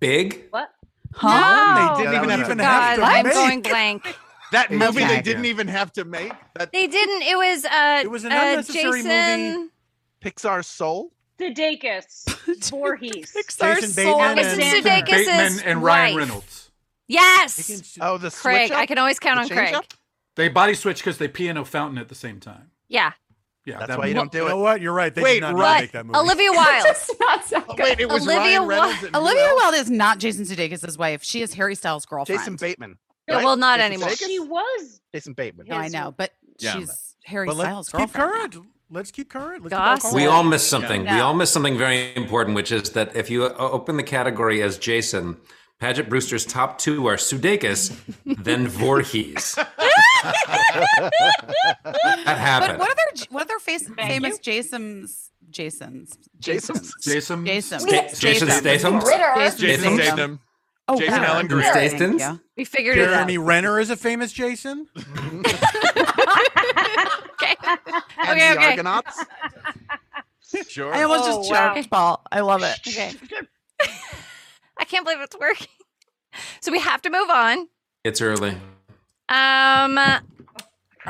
Speaker 5: Big?
Speaker 11: What?
Speaker 4: Huh?
Speaker 5: No. They didn't even have to-
Speaker 4: God,
Speaker 5: have to
Speaker 4: I'm
Speaker 5: make.
Speaker 4: going blank.
Speaker 7: That movie
Speaker 5: Okay.
Speaker 7: they didn't even have to make. That
Speaker 4: They didn't. It was uh, it was
Speaker 7: an
Speaker 4: uh
Speaker 7: unnecessary movie.
Speaker 4: Jason.
Speaker 7: Pixar Soul.
Speaker 11: Sudeikis, Voorhees,
Speaker 7: Jason Bateman
Speaker 4: It's
Speaker 7: and-
Speaker 4: Sudeikis'
Speaker 9: Bateman and Ryan
Speaker 4: wife.
Speaker 9: Reynolds.
Speaker 4: Yes.
Speaker 7: Oh, the
Speaker 4: Craig.
Speaker 9: switch up?
Speaker 4: I can always count
Speaker 9: The
Speaker 4: on
Speaker 9: change
Speaker 4: Craig.
Speaker 9: up? They body switch because they pee in a fountain at the same time.
Speaker 4: Yeah.
Speaker 9: Yeah,
Speaker 7: That's
Speaker 9: that
Speaker 7: why you
Speaker 9: movie-
Speaker 7: don't do it.
Speaker 3: You know what? You're right. They
Speaker 9: Wait,
Speaker 3: did not
Speaker 9: what?
Speaker 3: make that movie.
Speaker 4: Olivia Wilde.
Speaker 6: Oh,
Speaker 7: Wait, it was
Speaker 6: Olivia
Speaker 7: Ryan Reynolds. and who
Speaker 6: Olivia
Speaker 7: else?
Speaker 6: Wilde is not Jason Sudeikis' wife. She is Harry Styles' girlfriend.
Speaker 7: Jason Bateman.
Speaker 4: Yeah,
Speaker 7: right?
Speaker 4: well, not
Speaker 7: Jason
Speaker 4: anymore.
Speaker 7: Sudeikis?
Speaker 11: She was.
Speaker 7: Jason Bateman.
Speaker 6: No, I know, but
Speaker 5: Yeah.
Speaker 6: she's Harry
Speaker 3: But
Speaker 6: Styles'
Speaker 3: let's keep
Speaker 6: girlfriend.
Speaker 3: current. Let's keep current. Let's
Speaker 4: Gossip.
Speaker 3: keep current.
Speaker 5: We all missed something. We
Speaker 6: No.
Speaker 5: all missed something very important, which is that if you o- open the category as Jason, Paget Brewster's top two are Sudeikis, then Voorhees. that
Speaker 6: But
Speaker 5: happened.
Speaker 6: what are their what are their face, famous Jasons? Jasons. Jasons.
Speaker 9: Jason.
Speaker 6: Jason.
Speaker 5: Sta- Jason Statham.
Speaker 3: Jason
Speaker 5: Statham.
Speaker 6: Oh,
Speaker 7: Jason
Speaker 6: wow.
Speaker 7: Allen Greer.
Speaker 6: Thank
Speaker 5: Statham?
Speaker 6: you.
Speaker 4: We figured it out.
Speaker 3: Jeremy Renner is a famous Jason.
Speaker 7: And
Speaker 4: Okay,
Speaker 7: the
Speaker 4: okay.
Speaker 7: Argonauts. Sure.
Speaker 6: I almost
Speaker 4: Oh,
Speaker 6: just
Speaker 4: wow.
Speaker 6: choked, Paul. I love it.
Speaker 4: Okay. I can't believe it's working. So we have to move on.
Speaker 5: It's early.
Speaker 4: Um,
Speaker 9: I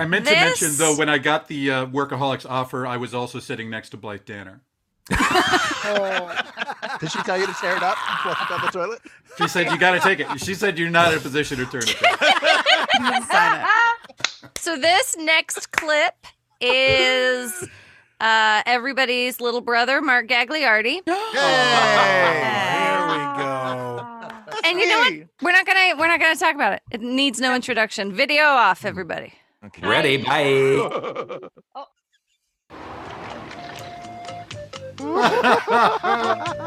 Speaker 9: meant to
Speaker 4: This-
Speaker 9: mention though, when I got the uh, workaholics offer, I was also sitting next to Blythe Danner.
Speaker 7: Did she tell you to tear it up and flush it down the toilet?
Speaker 9: She said, "You got to take it." She said, "You're not in a position to turn it." Back.
Speaker 4: so this next clip is uh, everybody's little brother, Mark Gagliardi.
Speaker 3: There we go.
Speaker 4: and you know what? We're not gonna we're not gonna talk about it. It needs no introduction. Video off, everybody.
Speaker 5: Ready? Bye.
Speaker 9: Oh.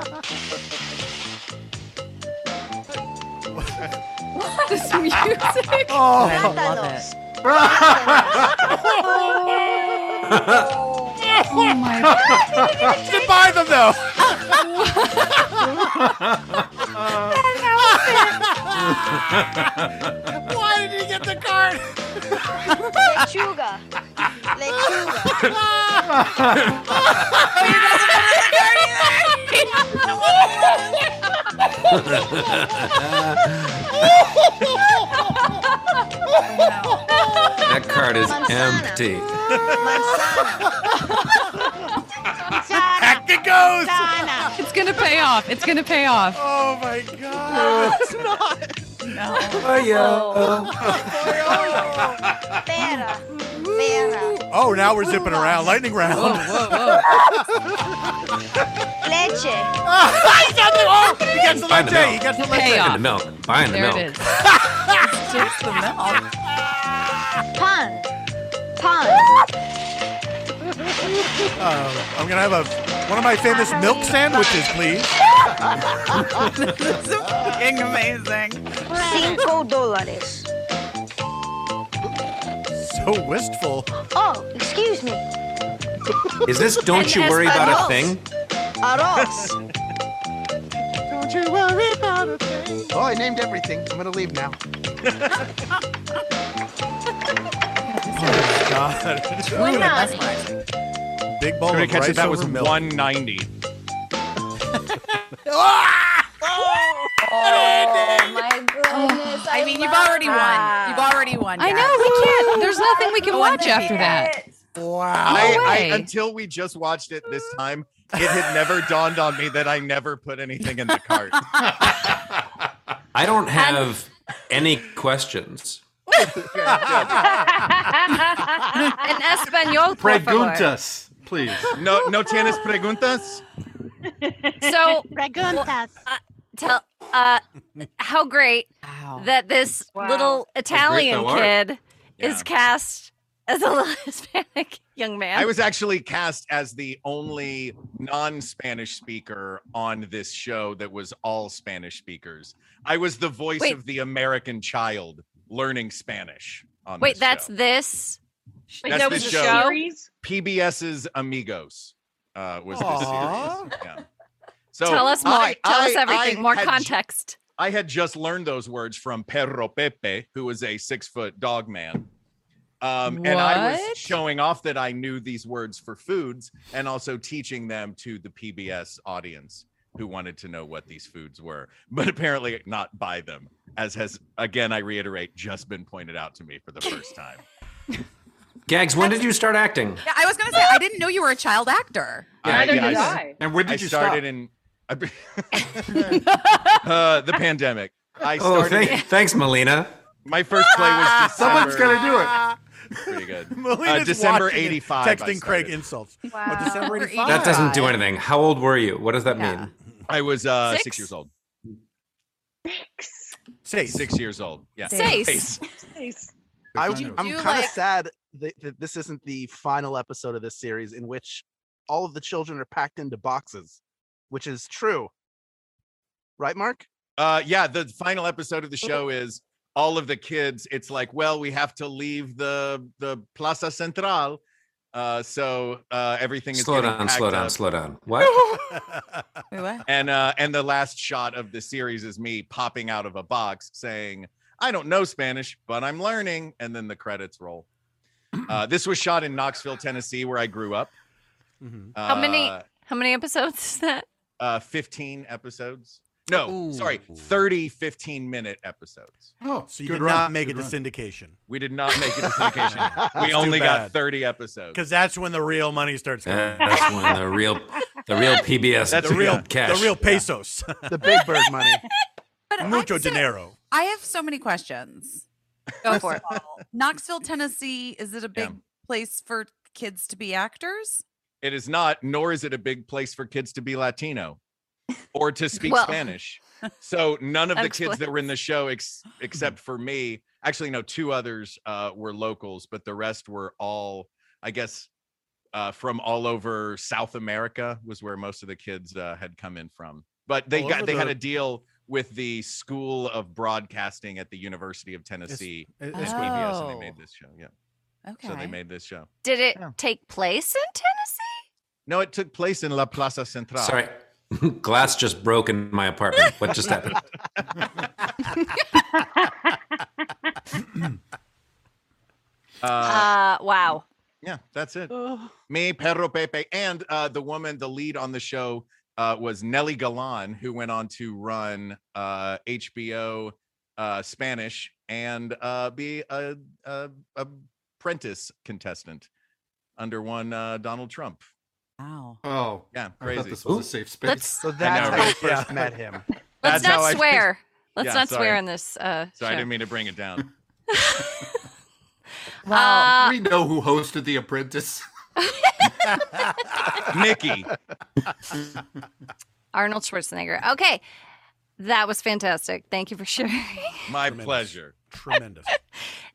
Speaker 5: Oh,
Speaker 8: this music.
Speaker 3: Oh,
Speaker 6: I love it.
Speaker 8: Oh my.
Speaker 3: Buy them though. Why did he get the card?
Speaker 13: Lechuga. Lechuga.
Speaker 5: That card is empty.
Speaker 3: Back it goes.
Speaker 8: It's gonna pay off. It's gonna pay off.
Speaker 3: Oh my god.
Speaker 5: Oh yeah.
Speaker 13: Pera. Pera.
Speaker 3: Oh, now we're zipping around. Lightning round.
Speaker 13: Leche.
Speaker 3: he got the oh, he gets the left
Speaker 5: Find the
Speaker 3: day. He
Speaker 5: milk.
Speaker 3: gets the left
Speaker 8: Pay
Speaker 5: Buying
Speaker 8: off.
Speaker 5: the milk. Buying the
Speaker 8: There
Speaker 5: milk.
Speaker 8: it is.
Speaker 6: Just the mouth.
Speaker 13: Pan. Pan.
Speaker 3: Uh, I'm gonna have a one of my famous milk sandwiches, please.
Speaker 6: This is fucking amazing.
Speaker 13: Cinco dólares.
Speaker 3: So wistful.
Speaker 13: Oh, excuse me.
Speaker 5: Is this Don't You
Speaker 4: And
Speaker 5: Worry About a Thing?
Speaker 13: Arroz.
Speaker 7: Don't you worry about a thing. Oh, I named everything. I'm gonna leave now.
Speaker 3: Oh, God. Big bowl
Speaker 7: Gonna
Speaker 3: of
Speaker 7: catch
Speaker 3: rice
Speaker 7: it. That
Speaker 3: over
Speaker 7: was
Speaker 3: milk.
Speaker 7: 190.
Speaker 13: Oh my goodness.
Speaker 6: I mean, you've already won. You've already won.
Speaker 8: I
Speaker 6: guys.
Speaker 8: know we can't. There's nothing we can
Speaker 6: Go on,
Speaker 8: watch
Speaker 6: baby.
Speaker 8: after that.
Speaker 7: I, I
Speaker 8: way.
Speaker 7: until we just watched it this time, it had never dawned on me that I never put anything in the cart.
Speaker 5: I don't have any questions.
Speaker 4: En español, por favor.
Speaker 9: Preguntas, please.
Speaker 7: no, no tienes preguntas.
Speaker 4: So
Speaker 13: Preguntas.
Speaker 4: tell uh, how great
Speaker 6: Wow.
Speaker 4: that this
Speaker 11: Wow.
Speaker 4: little Italian
Speaker 5: though, aren't
Speaker 4: kid is cast as a little Hispanic young man.
Speaker 7: I was actually cast as the only non-Spanish speaker on this show that was all Spanish speakers. I was the voice
Speaker 4: Wait.
Speaker 7: of the American child learning Spanish. On
Speaker 4: Wait,
Speaker 7: this
Speaker 4: that's
Speaker 7: show.
Speaker 4: this.
Speaker 11: Wait,
Speaker 7: That's
Speaker 11: that
Speaker 7: the
Speaker 11: was a
Speaker 7: show.
Speaker 11: series.
Speaker 7: PBS's Amigos uh, was
Speaker 3: Aw.
Speaker 7: the series. Yeah. So
Speaker 4: Tell us more.
Speaker 7: I-
Speaker 4: tell
Speaker 7: I-
Speaker 4: us everything.
Speaker 7: I
Speaker 4: more
Speaker 7: had ju-
Speaker 4: context.
Speaker 7: I had just learned those words from Perro Pepe, who was a six foot dog man. Um, and I was
Speaker 4: What?
Speaker 7: showing off that I knew these words for foods and also teaching them to the PBS audience who wanted to know what these foods were, but apparently not by them, as has, again, I reiterate, just been pointed out to me for the first time.
Speaker 5: Gags, when did you start acting?
Speaker 6: Yeah, I was gonna say I didn't know you were a child actor.
Speaker 5: And where did you stop?
Speaker 7: started in uh, the pandemic. I
Speaker 5: Oh,
Speaker 7: started.
Speaker 5: thank- thanks, Melina.
Speaker 7: My first play was December.
Speaker 9: Someone's gonna do it.
Speaker 7: Pretty good.
Speaker 3: Melina's
Speaker 7: Uh, December
Speaker 3: watching it,
Speaker 7: 85. I
Speaker 3: Texting Craig insults. Wow. December 85.
Speaker 5: That doesn't do anything. How old were you? What does that mean?
Speaker 7: I was uh, six. years old.
Speaker 3: Six.
Speaker 7: Six years old. Yeah. Six.
Speaker 10: I,
Speaker 7: Did you
Speaker 10: am
Speaker 7: do,
Speaker 10: kind of
Speaker 7: like-
Speaker 10: sad that, that this isn't the final episode of this series in which all of the children are packed into boxes, which is true. Right, Mark?
Speaker 7: Uh, yeah, the final episode of the show is all of the kids. It's like, well, we have to leave the the Plaza Central, uh, so uh, everything is
Speaker 5: Slow
Speaker 7: getting
Speaker 5: down, slow
Speaker 7: packed
Speaker 5: down,
Speaker 7: up.
Speaker 5: slow down. What?
Speaker 7: And uh, and the last shot of the series is me popping out of a box saying, "I don't know Spanish, but I'm learning," and then the credits roll. Uh, this was shot in Knoxville, Tennessee, where I grew up.
Speaker 4: how many
Speaker 7: Uh,
Speaker 4: how many episodes is that?
Speaker 7: Uh, 15 episodes. No, sorry, 30 15 minute episodes.
Speaker 9: Oh,
Speaker 3: so you
Speaker 7: good
Speaker 3: did not
Speaker 7: run,
Speaker 3: make it
Speaker 7: good
Speaker 3: to
Speaker 7: run.
Speaker 3: syndication
Speaker 7: We did not make it to syndication. we
Speaker 3: It's
Speaker 7: only
Speaker 3: too
Speaker 7: got
Speaker 3: bad.
Speaker 7: 30 episodes.
Speaker 3: because that's when the real money starts.
Speaker 5: Uh, that's when the real, the real PBS.
Speaker 3: That's the real
Speaker 5: cash.
Speaker 3: the real pesos.
Speaker 10: The big bird money.
Speaker 3: Mucho dinero.
Speaker 6: I have so many questions.
Speaker 4: Go for it.
Speaker 6: Knoxville, Tennessee, is it a big place for kids to be actors?
Speaker 7: It is not, nor is it a big place for kids to be Latino or to speak
Speaker 6: Well-
Speaker 7: Spanish. So none of
Speaker 6: That
Speaker 7: the kids that were in the show, ex- except for me, actually, no, two others uh, were locals, but the rest were all, I guess, uh, from all over South America was where most of the kids uh, had come in from. But they
Speaker 3: All
Speaker 7: got
Speaker 3: over
Speaker 7: they had
Speaker 3: the-
Speaker 7: a deal with the School of Broadcasting at the University of Tennessee,
Speaker 3: it-
Speaker 7: with
Speaker 3: it's-
Speaker 7: PBS, and
Speaker 3: Oh.
Speaker 7: they made this show. Yeah, so they made this show.
Speaker 4: Did it take place in Tennessee?
Speaker 7: No, it took place in La Plaza Central.
Speaker 5: Sorry, glass just broke in my apartment. What just happened?
Speaker 7: Uh,
Speaker 4: Uh, wow.
Speaker 7: yeah, that's it. Me, Pedro Pepe, and uh, the woman, the lead on the show uh, was Nelly Galan, who went on to run uh, HBO uh, Spanish and uh, be a, a, a apprentice contestant under one uh, Donald Trump.
Speaker 6: Wow.
Speaker 9: Oh,
Speaker 7: yeah,
Speaker 9: I thought
Speaker 7: crazy.
Speaker 9: this was a safe space.
Speaker 4: Let's- So
Speaker 10: that's how I first met him. Let's
Speaker 4: Let's
Speaker 7: how I
Speaker 4: not
Speaker 7: first-
Speaker 4: swear. Let's
Speaker 7: Yeah,
Speaker 4: not swear
Speaker 7: sorry.
Speaker 4: in this. Uh,
Speaker 7: Sorry, I
Speaker 4: show.
Speaker 7: didn't mean to bring it down.
Speaker 4: Uh,
Speaker 9: we know who hosted The Apprentice.
Speaker 7: Nikki.
Speaker 4: Arnold Schwarzenegger. Okay. That was fantastic. Thank you for sharing.
Speaker 7: My pleasure.
Speaker 3: Tremendous.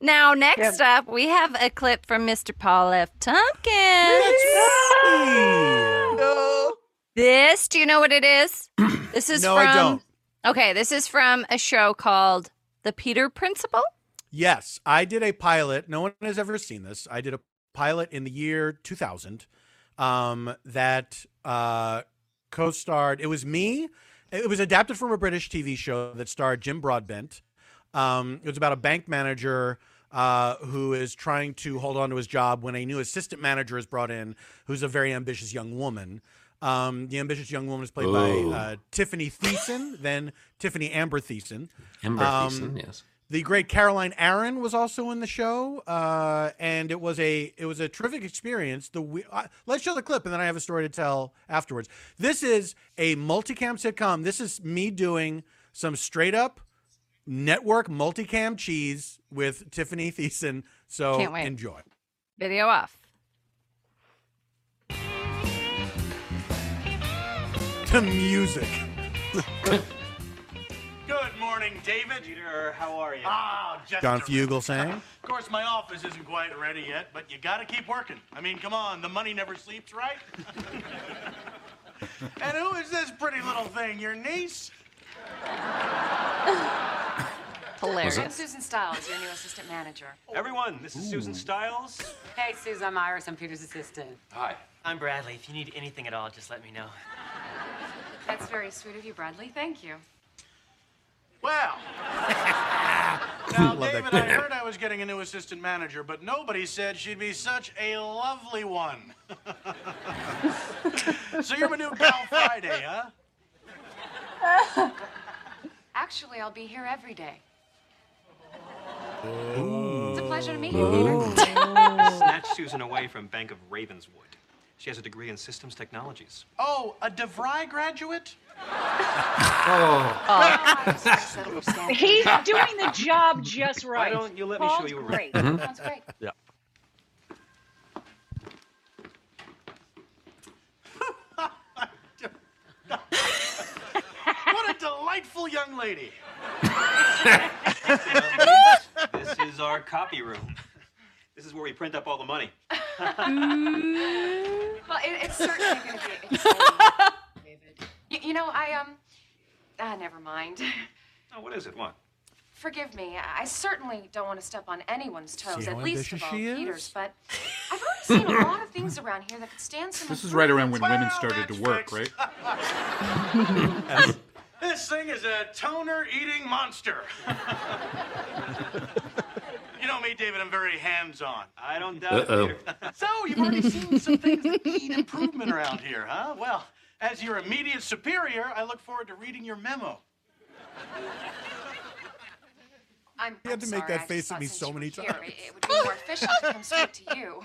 Speaker 4: Now, next up, we have a clip from Mr. Paul F. Tompkins. This, do you know what it is? This is
Speaker 3: No,
Speaker 4: from.
Speaker 3: I don't.
Speaker 4: Okay, this is from a show called The Peter Principle.
Speaker 3: Yes, I did a pilot. No one has ever seen this. I did a pilot in the year 2000 um, that uh, co starred. It was me. It was adapted from a British TV show that starred Jim Broadbent. Um, it was about a bank manager uh, who is trying to hold on to his job when a new assistant manager is brought in, who's a very ambitious young woman. Um, the ambitious young woman is played
Speaker 5: Ooh.
Speaker 3: by uh, Tiffany Thiessen, then Tiffany Amber Thiessen. um,
Speaker 5: Amber Thiessen, yes.
Speaker 3: The great Caroline Aaron was also in the show, uh, and it was a it was a terrific experience. The we, uh, let's show the clip, and then I have a story to tell afterwards. This is a multicam sitcom. This is me doing some straight up network multicam cheese with Tiffany Thiessen. So
Speaker 4: Can't wait.
Speaker 3: Oh, enjoy.
Speaker 4: Video off.
Speaker 3: to music.
Speaker 18: Good morning, David. Or how are you? Ah, just
Speaker 3: John
Speaker 18: a-
Speaker 3: Fugel sang.
Speaker 18: Of course, my office isn't quite ready yet, but you gotta keep working. I mean, come on, the money never sleeps, right? and who is this pretty little thing? Your niece?
Speaker 17: Oh,
Speaker 19: Hilarious.
Speaker 18: Was
Speaker 19: I'm Susan Stiles, your new assistant manager.
Speaker 18: Everyone, this is Susan Stiles.
Speaker 19: Hey, Susan, I'm Iris. I'm Peter's assistant.
Speaker 18: Hi.
Speaker 20: I'm Bradley. If you need anything at all, just let me know.
Speaker 19: That's very sweet of you, Bradley. Thank you.
Speaker 18: Well, now,
Speaker 16: Love that
Speaker 18: David, I
Speaker 16: guy.
Speaker 18: heard I was getting a new assistant manager, but nobody said she'd be such a lovely one. so you're my new pal Friday, huh?
Speaker 19: Actually, I'll be here every day.
Speaker 20: It's
Speaker 19: a pleasure to meet you,
Speaker 20: you. Snatched Susan away from Bank of Ravenswood. She has a degree in systems technologies.
Speaker 18: Oh, a DeVry graduate?
Speaker 20: Oh.
Speaker 11: He's doing the job just right.
Speaker 20: don't you let me show
Speaker 11: Paul's
Speaker 20: you around?
Speaker 11: great.
Speaker 6: Mm-hmm.
Speaker 15: Mm-hmm.
Speaker 20: Mhm.
Speaker 11: Paul's great.
Speaker 10: Yeah.
Speaker 18: What a delightful young lady.
Speaker 20: This is our copy room. This is where we print up all the money.
Speaker 17: Mm.
Speaker 19: well, it, it's certainly going to be exciting, David. You, you know, I um, ah, never mind.
Speaker 20: Oh, what is it? What?
Speaker 19: Forgive me. I I certainly don't want to step on anyone's toes,
Speaker 9: how
Speaker 19: at least
Speaker 9: ambitious
Speaker 19: of all
Speaker 9: she is?
Speaker 19: Peter's. But I've already seen a lot of things around here that could stand some.
Speaker 9: This is right around when women started to work, right?
Speaker 18: This thing is a toner eating monster. you know me, David, I'm very hands on. I don't doubt
Speaker 16: Uh-oh.
Speaker 18: it. Peter. So, you've already seen some things that need improvement around here, huh? Well, as your immediate superior, I look forward to reading your memo.
Speaker 19: I'm,
Speaker 3: You had
Speaker 19: I'm
Speaker 3: to make
Speaker 19: sorry, I
Speaker 3: that
Speaker 19: just
Speaker 3: face at
Speaker 19: thought
Speaker 3: me
Speaker 19: since
Speaker 3: so
Speaker 19: you
Speaker 3: many
Speaker 19: were
Speaker 3: times.
Speaker 19: Here, it, it would be more efficient to come straight to you.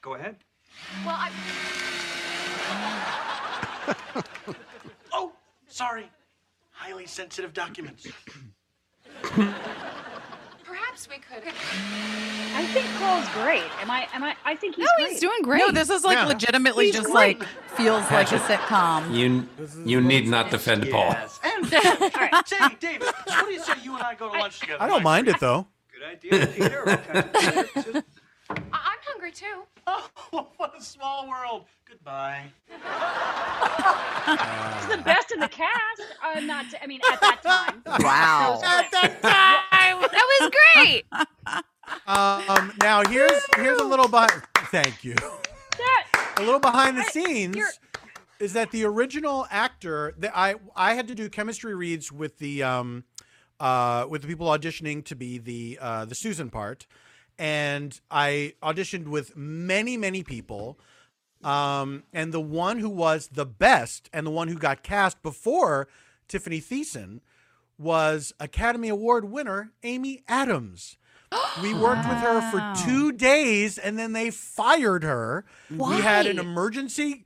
Speaker 20: Go ahead.
Speaker 19: Well, I.
Speaker 18: Oh, sorry. Highly sensitive documents.
Speaker 19: Perhaps we could.
Speaker 11: I think Paul's great. Am I? Am I? I think he's.
Speaker 6: No, he's doing great. No, this is like
Speaker 11: Yeah.
Speaker 6: legitimately
Speaker 11: He's
Speaker 6: just
Speaker 11: great.
Speaker 6: like feels like a sitcom.
Speaker 5: Um, You you need not defend Paul.
Speaker 18: And all right, say, David, what do you say you and I go to lunch together?
Speaker 3: I don't mind it though.
Speaker 19: I- I'm hungry too.
Speaker 18: Oh, what a small world. Goodbye.
Speaker 11: He's the best in the cast. Uh, not. To, I mean, at that time.
Speaker 3: Wow.
Speaker 11: At that time.
Speaker 4: that was great.
Speaker 3: Um, now here's here's a little behind. Thank you.
Speaker 11: That-
Speaker 3: a little behind the
Speaker 11: I-
Speaker 3: scenes
Speaker 11: you're-
Speaker 3: is that the original actor that I I had to do chemistry reads with the um uh with the people auditioning to be the uh the Susan part and I auditioned with many many people um and the one who was the best and the one who got cast before Tiffany Thiessen was Academy Award winner Amy Adams. We worked with her for two days and then they fired her. We had an
Speaker 6: Why?
Speaker 3: emergency.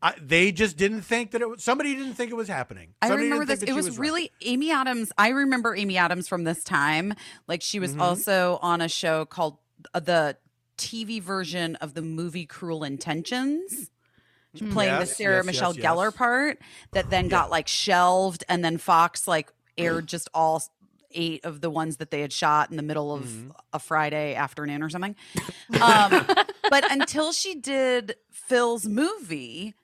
Speaker 3: I, they just didn't think that it was, somebody didn't think it was happening.
Speaker 6: I
Speaker 3: Somebody
Speaker 6: remember
Speaker 3: didn't think
Speaker 6: this.
Speaker 3: that
Speaker 6: It
Speaker 3: she
Speaker 6: was,
Speaker 3: right.
Speaker 6: really Amy Adams. I remember Amy Adams from this time. Like she was
Speaker 17: Mm-hmm.
Speaker 3: Mhm.
Speaker 6: also on a show called uh, the TV version of the movie Cruel Intentions. She
Speaker 17: Mm.
Speaker 6: Playing the
Speaker 17: Yes,
Speaker 6: Sarah
Speaker 17: yes,
Speaker 6: Michelle
Speaker 17: yes,
Speaker 6: Gellar
Speaker 17: yes.
Speaker 6: part that then got like shelved, and then Fox like aired just all s- eight of the ones that they had shot in the middle of
Speaker 17: Mm-hmm.
Speaker 6: a Friday afternoon or something. Um, but until she did Phil's movie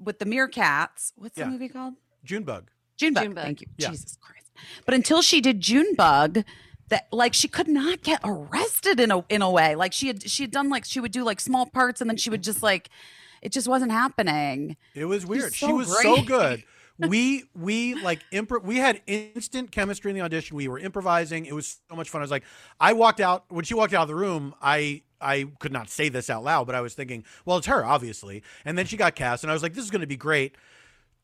Speaker 6: with the Meerkats, what's
Speaker 3: Yeah.
Speaker 6: the movie called?
Speaker 3: Junebug.
Speaker 6: Junebug.
Speaker 3: Junebug.
Speaker 6: Thank you.
Speaker 3: Yeah.
Speaker 6: Jesus Christ. But until she did Junebug, that like she could not get arrested in a in a way. Like she had she had done like she would do like small parts and then she would just like it just wasn't happening.
Speaker 3: It was weird. she
Speaker 6: so
Speaker 3: was so
Speaker 6: great.
Speaker 3: good. We we like improv. We had instant chemistry in the audition. We were improvising. It was so much fun. I was like, I walked out when she walked out of the room. I I could not say this out loud, but I was thinking, well, it's her, obviously. And then she got cast, and I was like, this is going to be great.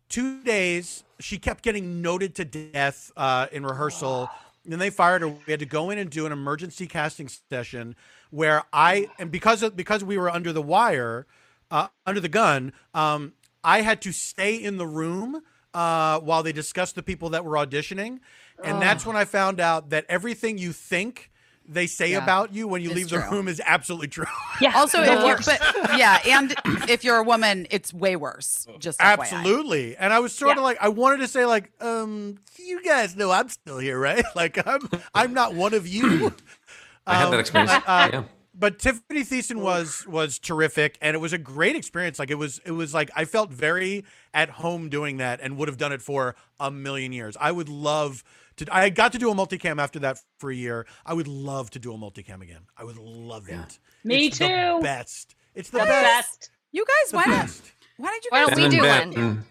Speaker 3: Two days, she kept getting noted to death uh, in rehearsal. Then they fired her. We had to go in and do an emergency casting session where I and because of because we were under the wire, uh, under the gun, um, I had to stay in the room uh, while they discussed the people that were auditioning, and that's when I found out that everything you think they say
Speaker 6: Yeah.
Speaker 3: about you when you
Speaker 6: It's
Speaker 3: leave the
Speaker 6: true.
Speaker 3: room is absolutely true.
Speaker 6: Also, if you, but yeah, and if you're a woman, it's way worse. Just FYI.
Speaker 3: Absolutely. And I was sort of
Speaker 6: Yeah.
Speaker 3: like, I wanted to say like, um, you guys know I'm still here, right? Like I'm, I'm not one of you.
Speaker 5: I had that
Speaker 3: Um,
Speaker 5: experience,
Speaker 3: But, uh,
Speaker 5: yeah.
Speaker 3: but Tiffany Thiessen was was terrific, and it was a great experience. Like it was, it was like I felt very at home doing that, and would have done it for a million years. I would love to. I got to do a multicam after that for a year. I would love to do a multicam again. I would love it.
Speaker 11: Me
Speaker 3: It's the
Speaker 11: too.
Speaker 3: best. It's the
Speaker 11: The
Speaker 3: best.
Speaker 6: You guys,
Speaker 3: The
Speaker 6: why not?
Speaker 3: best.
Speaker 6: Why did you
Speaker 5: Ben Mm.
Speaker 6: guys
Speaker 5: and Ben.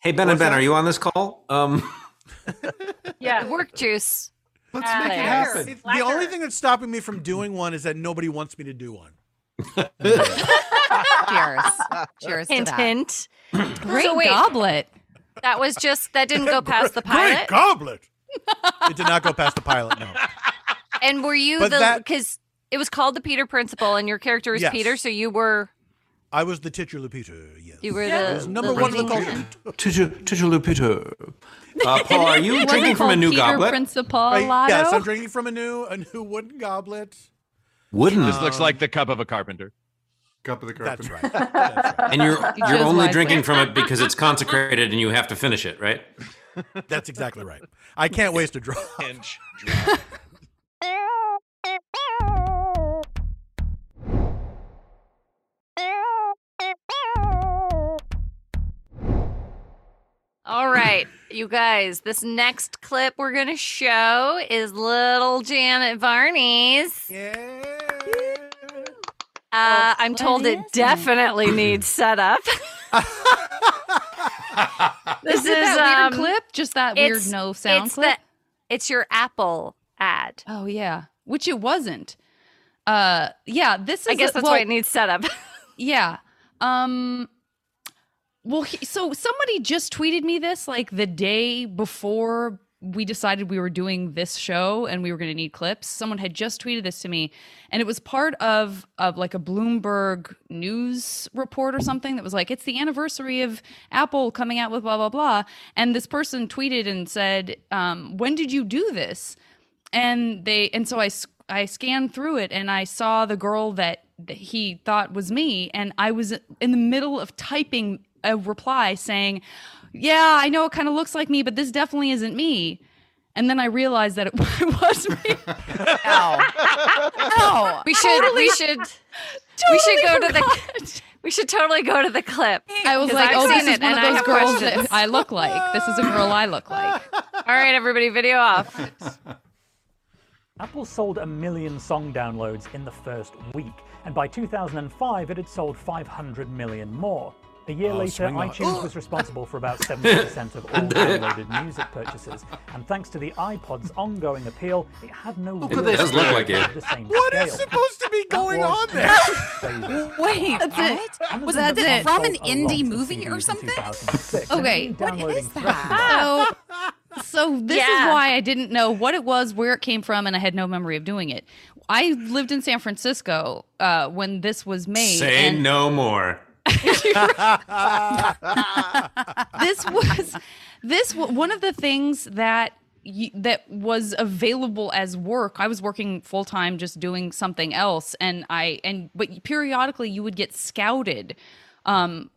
Speaker 5: Hey Ben and Ben, are you on this call? Um,
Speaker 4: Yeah. Work juice.
Speaker 3: Let's
Speaker 4: Uh,
Speaker 3: make it
Speaker 4: later.
Speaker 3: happen.
Speaker 4: It's
Speaker 3: The only
Speaker 4: lacquer.
Speaker 3: thing that's stopping me from doing one is that nobody wants me to do one.
Speaker 6: Cheers. Cheers.
Speaker 4: Hint,
Speaker 6: to that.
Speaker 4: hint.
Speaker 8: Great
Speaker 4: So wait.
Speaker 8: goblet.
Speaker 4: That was just that didn't go past the
Speaker 3: Great
Speaker 4: pilot.
Speaker 3: goblet. it did not go past the pilot. No.
Speaker 4: And were you
Speaker 3: But
Speaker 4: the
Speaker 3: that-
Speaker 4: because it was called the Peter Principle, and your character was
Speaker 3: Yes.
Speaker 4: Peter, so you were
Speaker 3: I was the titular Peter. Yes.
Speaker 4: you were
Speaker 3: I
Speaker 4: the
Speaker 3: was number
Speaker 4: the
Speaker 3: one
Speaker 4: leading
Speaker 3: in the culture.
Speaker 4: character.
Speaker 5: Uh, Paul, are you
Speaker 8: Wasn't
Speaker 5: drinking from a
Speaker 8: called
Speaker 5: new
Speaker 8: Peter
Speaker 5: goblet?
Speaker 8: Principalato?
Speaker 3: I- yes, I'm drinking from a new a new wooden goblet.
Speaker 5: Wooden.
Speaker 7: This looks like the cup of a carpenter.
Speaker 9: Cup of the
Speaker 3: That's
Speaker 9: carpenter.
Speaker 3: right. That's right.
Speaker 5: And you're
Speaker 8: You
Speaker 5: you're
Speaker 8: chose
Speaker 5: only
Speaker 8: wisely.
Speaker 5: drinking from it because it's consecrated and you have to finish it, right?
Speaker 3: That's exactly right. I can't waste a drop.
Speaker 4: All right, you guys. This next clip we're gonna show is little Janet Varney's.
Speaker 3: Yeah.
Speaker 8: Oh,
Speaker 4: Uh, I'm told it definitely needs setup. this
Speaker 8: Is it
Speaker 4: is
Speaker 8: that
Speaker 4: um,
Speaker 8: weird clip? Just that weird
Speaker 4: it's-
Speaker 8: no sound
Speaker 4: it's
Speaker 8: clip?
Speaker 4: The, it's your Apple ad.
Speaker 8: Oh yeah, which it wasn't. Uh, yeah. This is.
Speaker 4: I guess
Speaker 8: a-
Speaker 4: that's
Speaker 8: well,
Speaker 4: why it needs setup.
Speaker 8: Yeah. Um well he- so somebody just tweeted me this like the day before we decided we were doing this show and we were going to need clips. Someone had just tweeted this to me and it was part of of like a Bloomberg news report or something that was like it's the anniversary of Apple coming out with blah blah blah and this person tweeted and said um when did you do this? and they and so I s- I scanned through it and I saw the girl that, that he thought was me and I was in the middle of typing a reply saying, "Yeah, I know it kind of looks like me, but this definitely isn't me." And then I realized that it was me.
Speaker 6: Oh,
Speaker 4: we should
Speaker 8: Totally-
Speaker 4: we should we should go to the we should totally go to the clip.
Speaker 8: I was
Speaker 4: 'Cause
Speaker 8: like,
Speaker 4: I've
Speaker 8: "Oh, this
Speaker 4: seen
Speaker 8: is
Speaker 4: it
Speaker 8: one of
Speaker 4: and I
Speaker 8: those
Speaker 4: have
Speaker 8: girls
Speaker 4: questions.
Speaker 8: that I look like. This is a girl I look like."
Speaker 4: All right, everybody, video off.
Speaker 21: Apple sold a million song downloads in the first week, and by 2005 it had sold 500 million more. A year
Speaker 22: Oh,
Speaker 21: later,
Speaker 22: swing that.
Speaker 21: iTunes was responsible for about 70% of all downloaded music purchases, and thanks to the iPod's ongoing appeal, it had no
Speaker 5: Look
Speaker 21: real
Speaker 5: at this
Speaker 21: chance
Speaker 5: look like
Speaker 21: to
Speaker 5: it.
Speaker 21: the same
Speaker 3: What is
Speaker 21: scale.
Speaker 3: supposed to be
Speaker 21: That
Speaker 3: going
Speaker 21: was
Speaker 3: on
Speaker 21: the
Speaker 3: there?
Speaker 21: failure.
Speaker 6: Wait, that's it?
Speaker 21: Amazon
Speaker 6: Was that
Speaker 21: Prime
Speaker 6: it? from an
Speaker 21: sold a lot
Speaker 6: indie
Speaker 21: of
Speaker 6: movie
Speaker 21: CDs
Speaker 6: or
Speaker 21: in
Speaker 6: something?
Speaker 21: 2006, and
Speaker 8: Okay,
Speaker 21: downloading
Speaker 8: So, so this is
Speaker 4: Yeah.
Speaker 8: why I didn't know what it was, where it came from, and I had no memory of doing it. I lived in San Francisco uh, when this was made.
Speaker 5: Say
Speaker 8: and
Speaker 5: no more.
Speaker 8: This was this wa- one of the things that y- that was available as work. I was working full time, just doing something else, and I and but periodically you would get scouted. Um,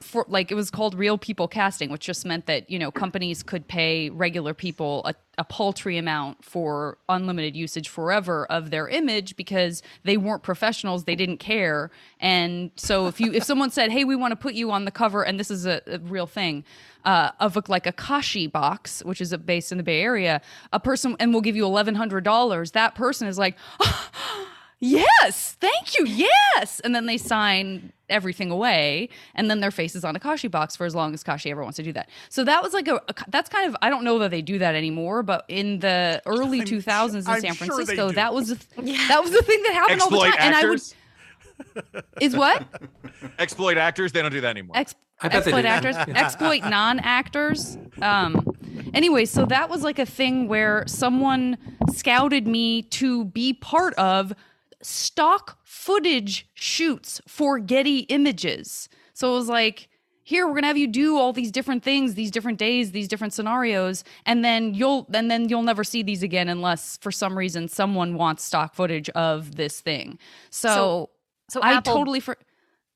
Speaker 8: for like it was called real people casting which just meant that you know companies could pay regular people a, a paltry amount for unlimited usage forever of their image because they weren't professionals they didn't care and so if you if someone said hey we want to put you on the cover and this is a, a real thing uh, of a, like a kashi box which is a, based in the bay area a person and we'll give you $1100 that person is like yes, thank you, yes. And then they sign everything away, and then their face is on a Kashi box for as long as Kashi ever wants to do that. So that was like a, a- that's kind of, I don't know that they do that anymore, but in the early 2000s in
Speaker 21: I'm
Speaker 8: San
Speaker 21: sure they
Speaker 8: Francisco,
Speaker 21: do.
Speaker 8: that was, a th- that was the thing that happened all the
Speaker 7: Exploit
Speaker 8: time. And I would,
Speaker 7: actors?
Speaker 8: is what?
Speaker 7: Exploit actors, they don't do that anymore.
Speaker 8: Ex-
Speaker 7: I bet they
Speaker 8: exploit
Speaker 7: do.
Speaker 8: actors,
Speaker 7: Yeah.
Speaker 8: exploit non-actors. Um, anyway, so that was like a thing where someone scouted me to be part of stock footage shoots for Getty Images. So it was like, here we're gonna have you do all these different things, these different days, these different scenarios, and then you'll and then you'll never see these again unless for some reason someone wants stock footage of this thing. So,
Speaker 4: so
Speaker 8: I
Speaker 4: Apple-
Speaker 8: totally for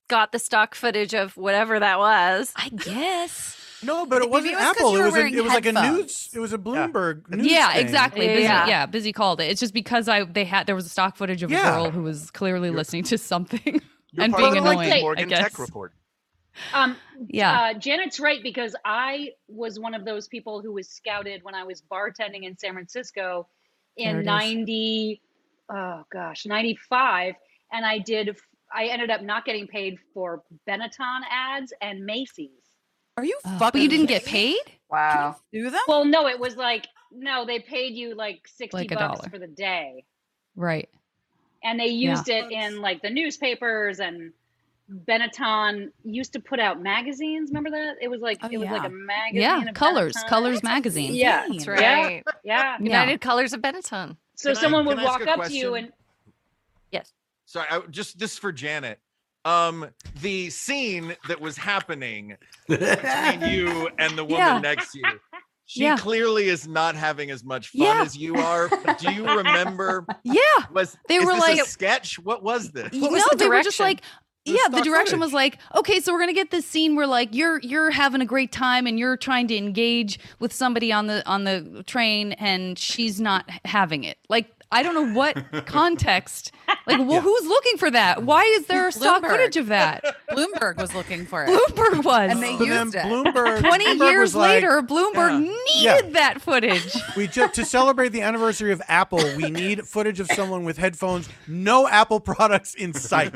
Speaker 4: Got the stock footage of whatever that was.
Speaker 8: I guess.
Speaker 3: No, but it wasn't
Speaker 6: it was 'cause
Speaker 3: Apple. It
Speaker 6: you were
Speaker 3: was a,
Speaker 6: wearing
Speaker 3: it was like a
Speaker 6: headphones.
Speaker 3: news. It was a Bloomberg news.
Speaker 8: yeah,
Speaker 3: thing.
Speaker 8: exactly. Busy,
Speaker 4: Yeah.
Speaker 8: yeah. Busy called it. It's just because I they had there was a stock footage of
Speaker 3: Yeah.
Speaker 8: a girl who was clearly listening to something
Speaker 10: You're
Speaker 8: and
Speaker 10: part of
Speaker 8: being
Speaker 10: the
Speaker 8: annoying.
Speaker 10: Lincoln
Speaker 8: I
Speaker 10: Morgan
Speaker 8: guess.
Speaker 10: Tech Report.
Speaker 11: Um,
Speaker 8: Yeah.
Speaker 11: uh, Janet's right because I was one of those people who was scouted when I was bartending in San Francisco
Speaker 8: There it
Speaker 11: in
Speaker 8: is.
Speaker 11: 90, oh gosh, 95. And I did, I ended up not getting paid for Benetton ads and Macy's.
Speaker 6: Are you
Speaker 8: fucking? But you didn't get paid.
Speaker 11: Wow.
Speaker 6: Do them?
Speaker 11: Well, no, it was like no, they paid you like sixty
Speaker 8: Like a
Speaker 11: bucks
Speaker 8: dollar.
Speaker 11: for the day,
Speaker 8: Right.
Speaker 11: and they
Speaker 8: Yeah.
Speaker 11: used it in like the newspapers and Benetton used to put out magazines. Remember that? It was like it was like
Speaker 8: Oh, yeah.
Speaker 11: a magazine.
Speaker 8: Yeah.
Speaker 11: of
Speaker 8: Colors.
Speaker 11: Benetton.
Speaker 8: Colors magazine.
Speaker 11: Yeah,
Speaker 4: That's
Speaker 11: Yeah.
Speaker 4: right.
Speaker 11: Yeah.
Speaker 4: United Colors of Benetton.
Speaker 11: So
Speaker 7: Can I-
Speaker 11: someone would
Speaker 7: can I ask
Speaker 11: walk
Speaker 7: a
Speaker 11: up to you
Speaker 7: question?
Speaker 11: and yes,
Speaker 7: Sorry, I, just this is for Janet. Um, the scene that was happening between you and the woman
Speaker 16: Yeah.
Speaker 7: next to you. She
Speaker 16: Yeah.
Speaker 7: clearly is not having as much fun
Speaker 16: Yeah.
Speaker 7: as you are. Do you remember?
Speaker 8: Yeah.
Speaker 7: Was
Speaker 8: They
Speaker 7: is
Speaker 8: were
Speaker 7: this a
Speaker 8: like-
Speaker 7: sketch? What was this?
Speaker 8: no, they were just like,
Speaker 7: The
Speaker 8: yeah, the
Speaker 7: stock
Speaker 8: direction was
Speaker 7: footage.
Speaker 8: like, okay, so we're gonna get this scene where like you're you're having a great time and you're trying to engage with somebody on the on the train and she's not having it. Like I don't know what context. Like, well, who's looking for that? Why is there stock
Speaker 6: Bloomberg.
Speaker 8: footage of that?
Speaker 6: Bloomberg was looking for it.
Speaker 8: Bloomberg was.
Speaker 6: And they
Speaker 3: But then
Speaker 6: used it.
Speaker 3: Bloomberg-
Speaker 8: Twenty
Speaker 3: Bloomberg was
Speaker 8: years
Speaker 3: like-
Speaker 8: later, Bloomberg
Speaker 3: Yeah.
Speaker 8: needed that footage.
Speaker 3: We just to celebrate the anniversary of Apple, we need footage of someone with headphones, no Apple products in sight.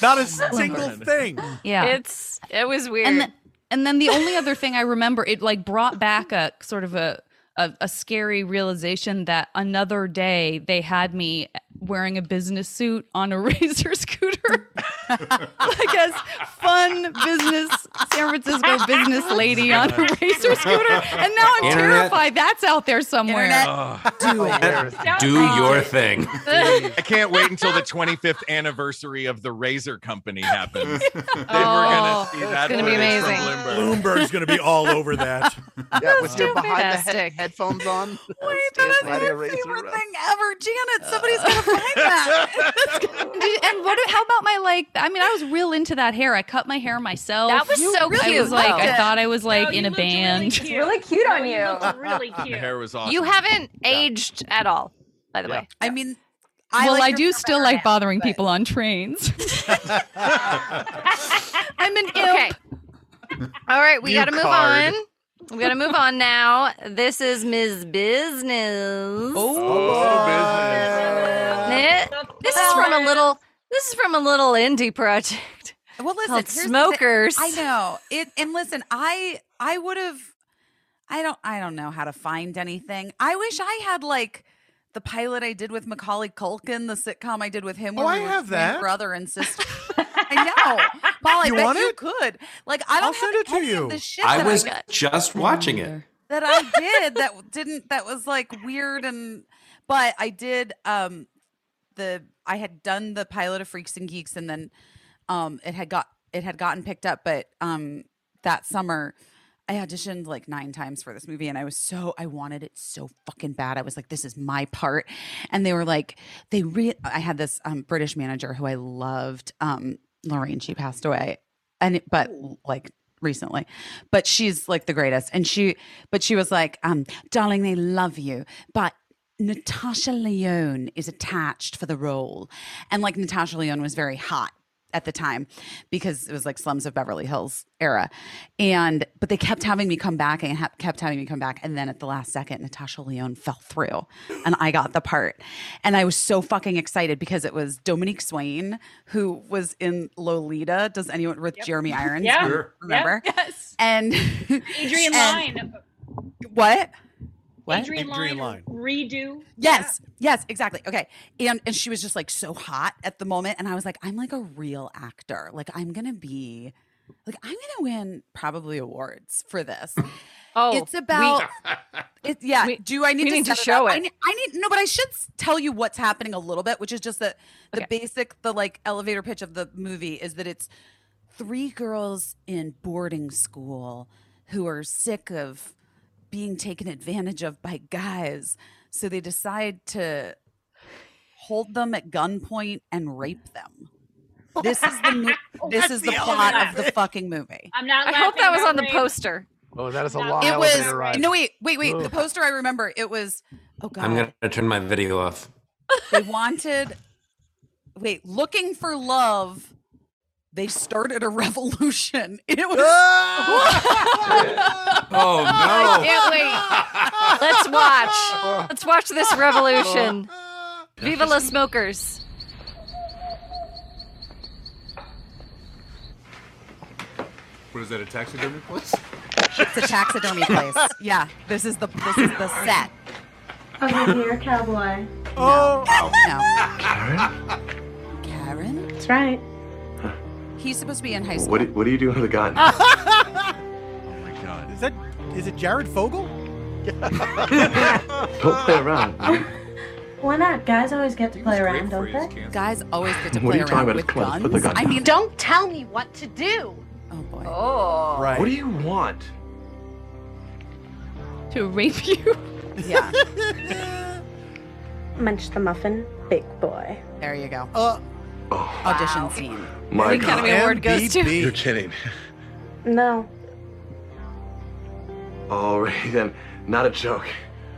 Speaker 3: Not a single thing.
Speaker 8: Yeah.
Speaker 4: It's it was weird.
Speaker 8: And, the, and then the only other thing I remember, it like brought back a sort of a, a a scary realization that another day they had me wearing a business suit on a razor scooter, like as fun business San Francisco business
Speaker 4: Oh
Speaker 8: lady on a razor scooter, and now I'm
Speaker 5: Internet.
Speaker 8: terrified that's out there somewhere.
Speaker 4: Oh.
Speaker 5: Do,
Speaker 7: it.
Speaker 5: your thing.
Speaker 7: I can't wait until the 25th anniversary of the Razor Company happens. then we're gonna
Speaker 4: Oh,
Speaker 7: see
Speaker 4: it's
Speaker 7: that.
Speaker 4: gonna be
Speaker 7: footage from
Speaker 4: amazing.
Speaker 7: Bloomberg.
Speaker 3: Bloomberg's going to be all over that.
Speaker 10: Yeah, with your behind the
Speaker 4: Fantastic.
Speaker 10: head headphones on.
Speaker 6: Wait,
Speaker 10: It's
Speaker 6: that is
Speaker 10: like a razor
Speaker 6: favorite
Speaker 10: up.
Speaker 6: thing ever, Janet. Somebody's gonna find that.
Speaker 8: Did- and what? How about my like? I mean, I was real into that hair. I cut my hair myself.
Speaker 4: That was
Speaker 8: You
Speaker 4: so
Speaker 8: really- I
Speaker 4: cute,
Speaker 8: was like,
Speaker 4: though.
Speaker 8: I thought I was like
Speaker 4: No, you
Speaker 8: in a
Speaker 4: looked really
Speaker 8: band.
Speaker 4: cute. Really
Speaker 11: cute
Speaker 4: No,
Speaker 11: on
Speaker 4: you
Speaker 11: you.
Speaker 4: looked really
Speaker 7: The
Speaker 4: cute.
Speaker 7: hair was awesome.
Speaker 4: You haven't aged at all, by the way.
Speaker 6: I mean,
Speaker 8: well, I
Speaker 6: your
Speaker 8: do still like bothering people on trains. I'm an
Speaker 4: Okay. All right, we
Speaker 8: You
Speaker 4: got to move
Speaker 8: card.
Speaker 4: on. We got to move on now. This is Ms. Business.
Speaker 6: Oh.
Speaker 7: Oh,
Speaker 4: Business. This is from a little. This is from a little indie project.
Speaker 6: Well, listen,
Speaker 4: called
Speaker 6: here's the thing-
Speaker 4: Smokers.
Speaker 6: I know it, and listen, I I would have, I don't, I don't know how to find anything. I wish I had like the pilot I did with Macaulay Culkin, the sitcom I did with him.
Speaker 3: Oh,
Speaker 6: where
Speaker 3: I
Speaker 6: we were
Speaker 3: have
Speaker 6: twin
Speaker 3: that.
Speaker 6: brother and sister. I know, Paul. I
Speaker 3: You
Speaker 6: bet
Speaker 3: want
Speaker 6: you
Speaker 3: it?
Speaker 6: could. Like, I don't
Speaker 3: I'll send
Speaker 6: have
Speaker 3: it to
Speaker 6: any of
Speaker 3: you.
Speaker 6: the shit
Speaker 5: I
Speaker 6: that
Speaker 5: was
Speaker 6: got-
Speaker 5: just watching it.
Speaker 6: that I did that didn't that was like weird and but I did um the I had done the pilot of Freaks and Geeks and then um it had got it had gotten picked up but um that summer I auditioned like 9 times for this movie and I was so I wanted it so fucking bad. I was like this is my part and they were like they re I had this um British manager who I loved um Lorraine she passed away and it, but like recently but she's like the greatest and she but she was like um darling they love you but natasha leone is attached for the role and like natasha leone was very hot at the time because it was like slums of beverly hills era and but they kept having me come back and ha- kept having me come back and then at the last second natasha leone fell through and i got the part and i was so fucking excited because it was dominique swain who was in lolita does anyone with jeremy irons
Speaker 11: Yeah.
Speaker 6: um,
Speaker 11: Sure.
Speaker 6: remember
Speaker 11: Yep. Yes.
Speaker 6: and
Speaker 11: Adrian
Speaker 6: and-
Speaker 11: Lyne.
Speaker 6: What?
Speaker 11: Adrian, Lyne. Redo.
Speaker 6: Yes. Yes, exactly. Okay. And and she was just like so hot at the moment. And I was like, I'm like a real actor. Like I'm gonna be like I'm gonna win probably awards for this.
Speaker 4: Oh,
Speaker 6: it's about it's yeah. do I need
Speaker 4: we
Speaker 6: to,
Speaker 4: need to
Speaker 6: set
Speaker 4: show
Speaker 6: up? I
Speaker 4: it.
Speaker 6: need, I need no, but I should s- tell you what's happening a little bit, which is just that the basic, the like elevator pitch of the movie is that it's three girls in boarding school who are sick of being taken advantage of by guys, so they decide to hold them at gunpoint and rape them. This is the mo- this
Speaker 4: That's
Speaker 6: is
Speaker 4: the
Speaker 6: the plot
Speaker 4: elevator
Speaker 6: of the fucking movie.
Speaker 11: I'm not.
Speaker 4: I hope that was on the
Speaker 11: laughing, I'm
Speaker 4: poster.
Speaker 10: Oh, that is a
Speaker 11: It
Speaker 10: long
Speaker 6: It was
Speaker 10: elevator ride.
Speaker 6: no wait wait wait. The
Speaker 10: Ugh.
Speaker 6: poster I remember. It was oh god.
Speaker 5: I'm gonna turn my video off.
Speaker 6: they wanted wait looking for love they started a revolution it was
Speaker 5: Oh
Speaker 4: I can't wait. Let's watch. Let's watch this revolution. Viva la smokers.
Speaker 9: What is that? A taxidermy place?
Speaker 6: It's a taxidermy place. Yeah, this is the this is the set.
Speaker 9: Over
Speaker 6: here, cowboy.
Speaker 3: Oh,
Speaker 6: no.
Speaker 15: Karen?
Speaker 6: Karen?
Speaker 17: That's right.
Speaker 6: He's supposed to be in high school.
Speaker 15: What do, what do you do with a gun?
Speaker 3: Oh Is that is it Jared Fogle?
Speaker 15: Don't play around. man.
Speaker 17: Why not? Guys always get to play around, don't they?
Speaker 6: Guys always get to
Speaker 15: What are
Speaker 6: play
Speaker 15: you
Speaker 6: around
Speaker 15: talking about?
Speaker 6: with
Speaker 15: It's closed. Put the
Speaker 6: guns.
Speaker 15: gun
Speaker 6: I
Speaker 15: down.
Speaker 6: mean,
Speaker 23: Don't tell me what to do.
Speaker 6: Oh boy.
Speaker 23: Oh.
Speaker 15: What do you want?
Speaker 8: to rape you.
Speaker 6: Yeah.
Speaker 17: Munch the muffin, big boy.
Speaker 6: There you go.
Speaker 3: Uh,
Speaker 6: Audition scene.
Speaker 15: My
Speaker 6: The
Speaker 15: God.
Speaker 6: Academy Award goes to-
Speaker 15: You're kidding.
Speaker 17: No.
Speaker 15: All right, then. Not a joke.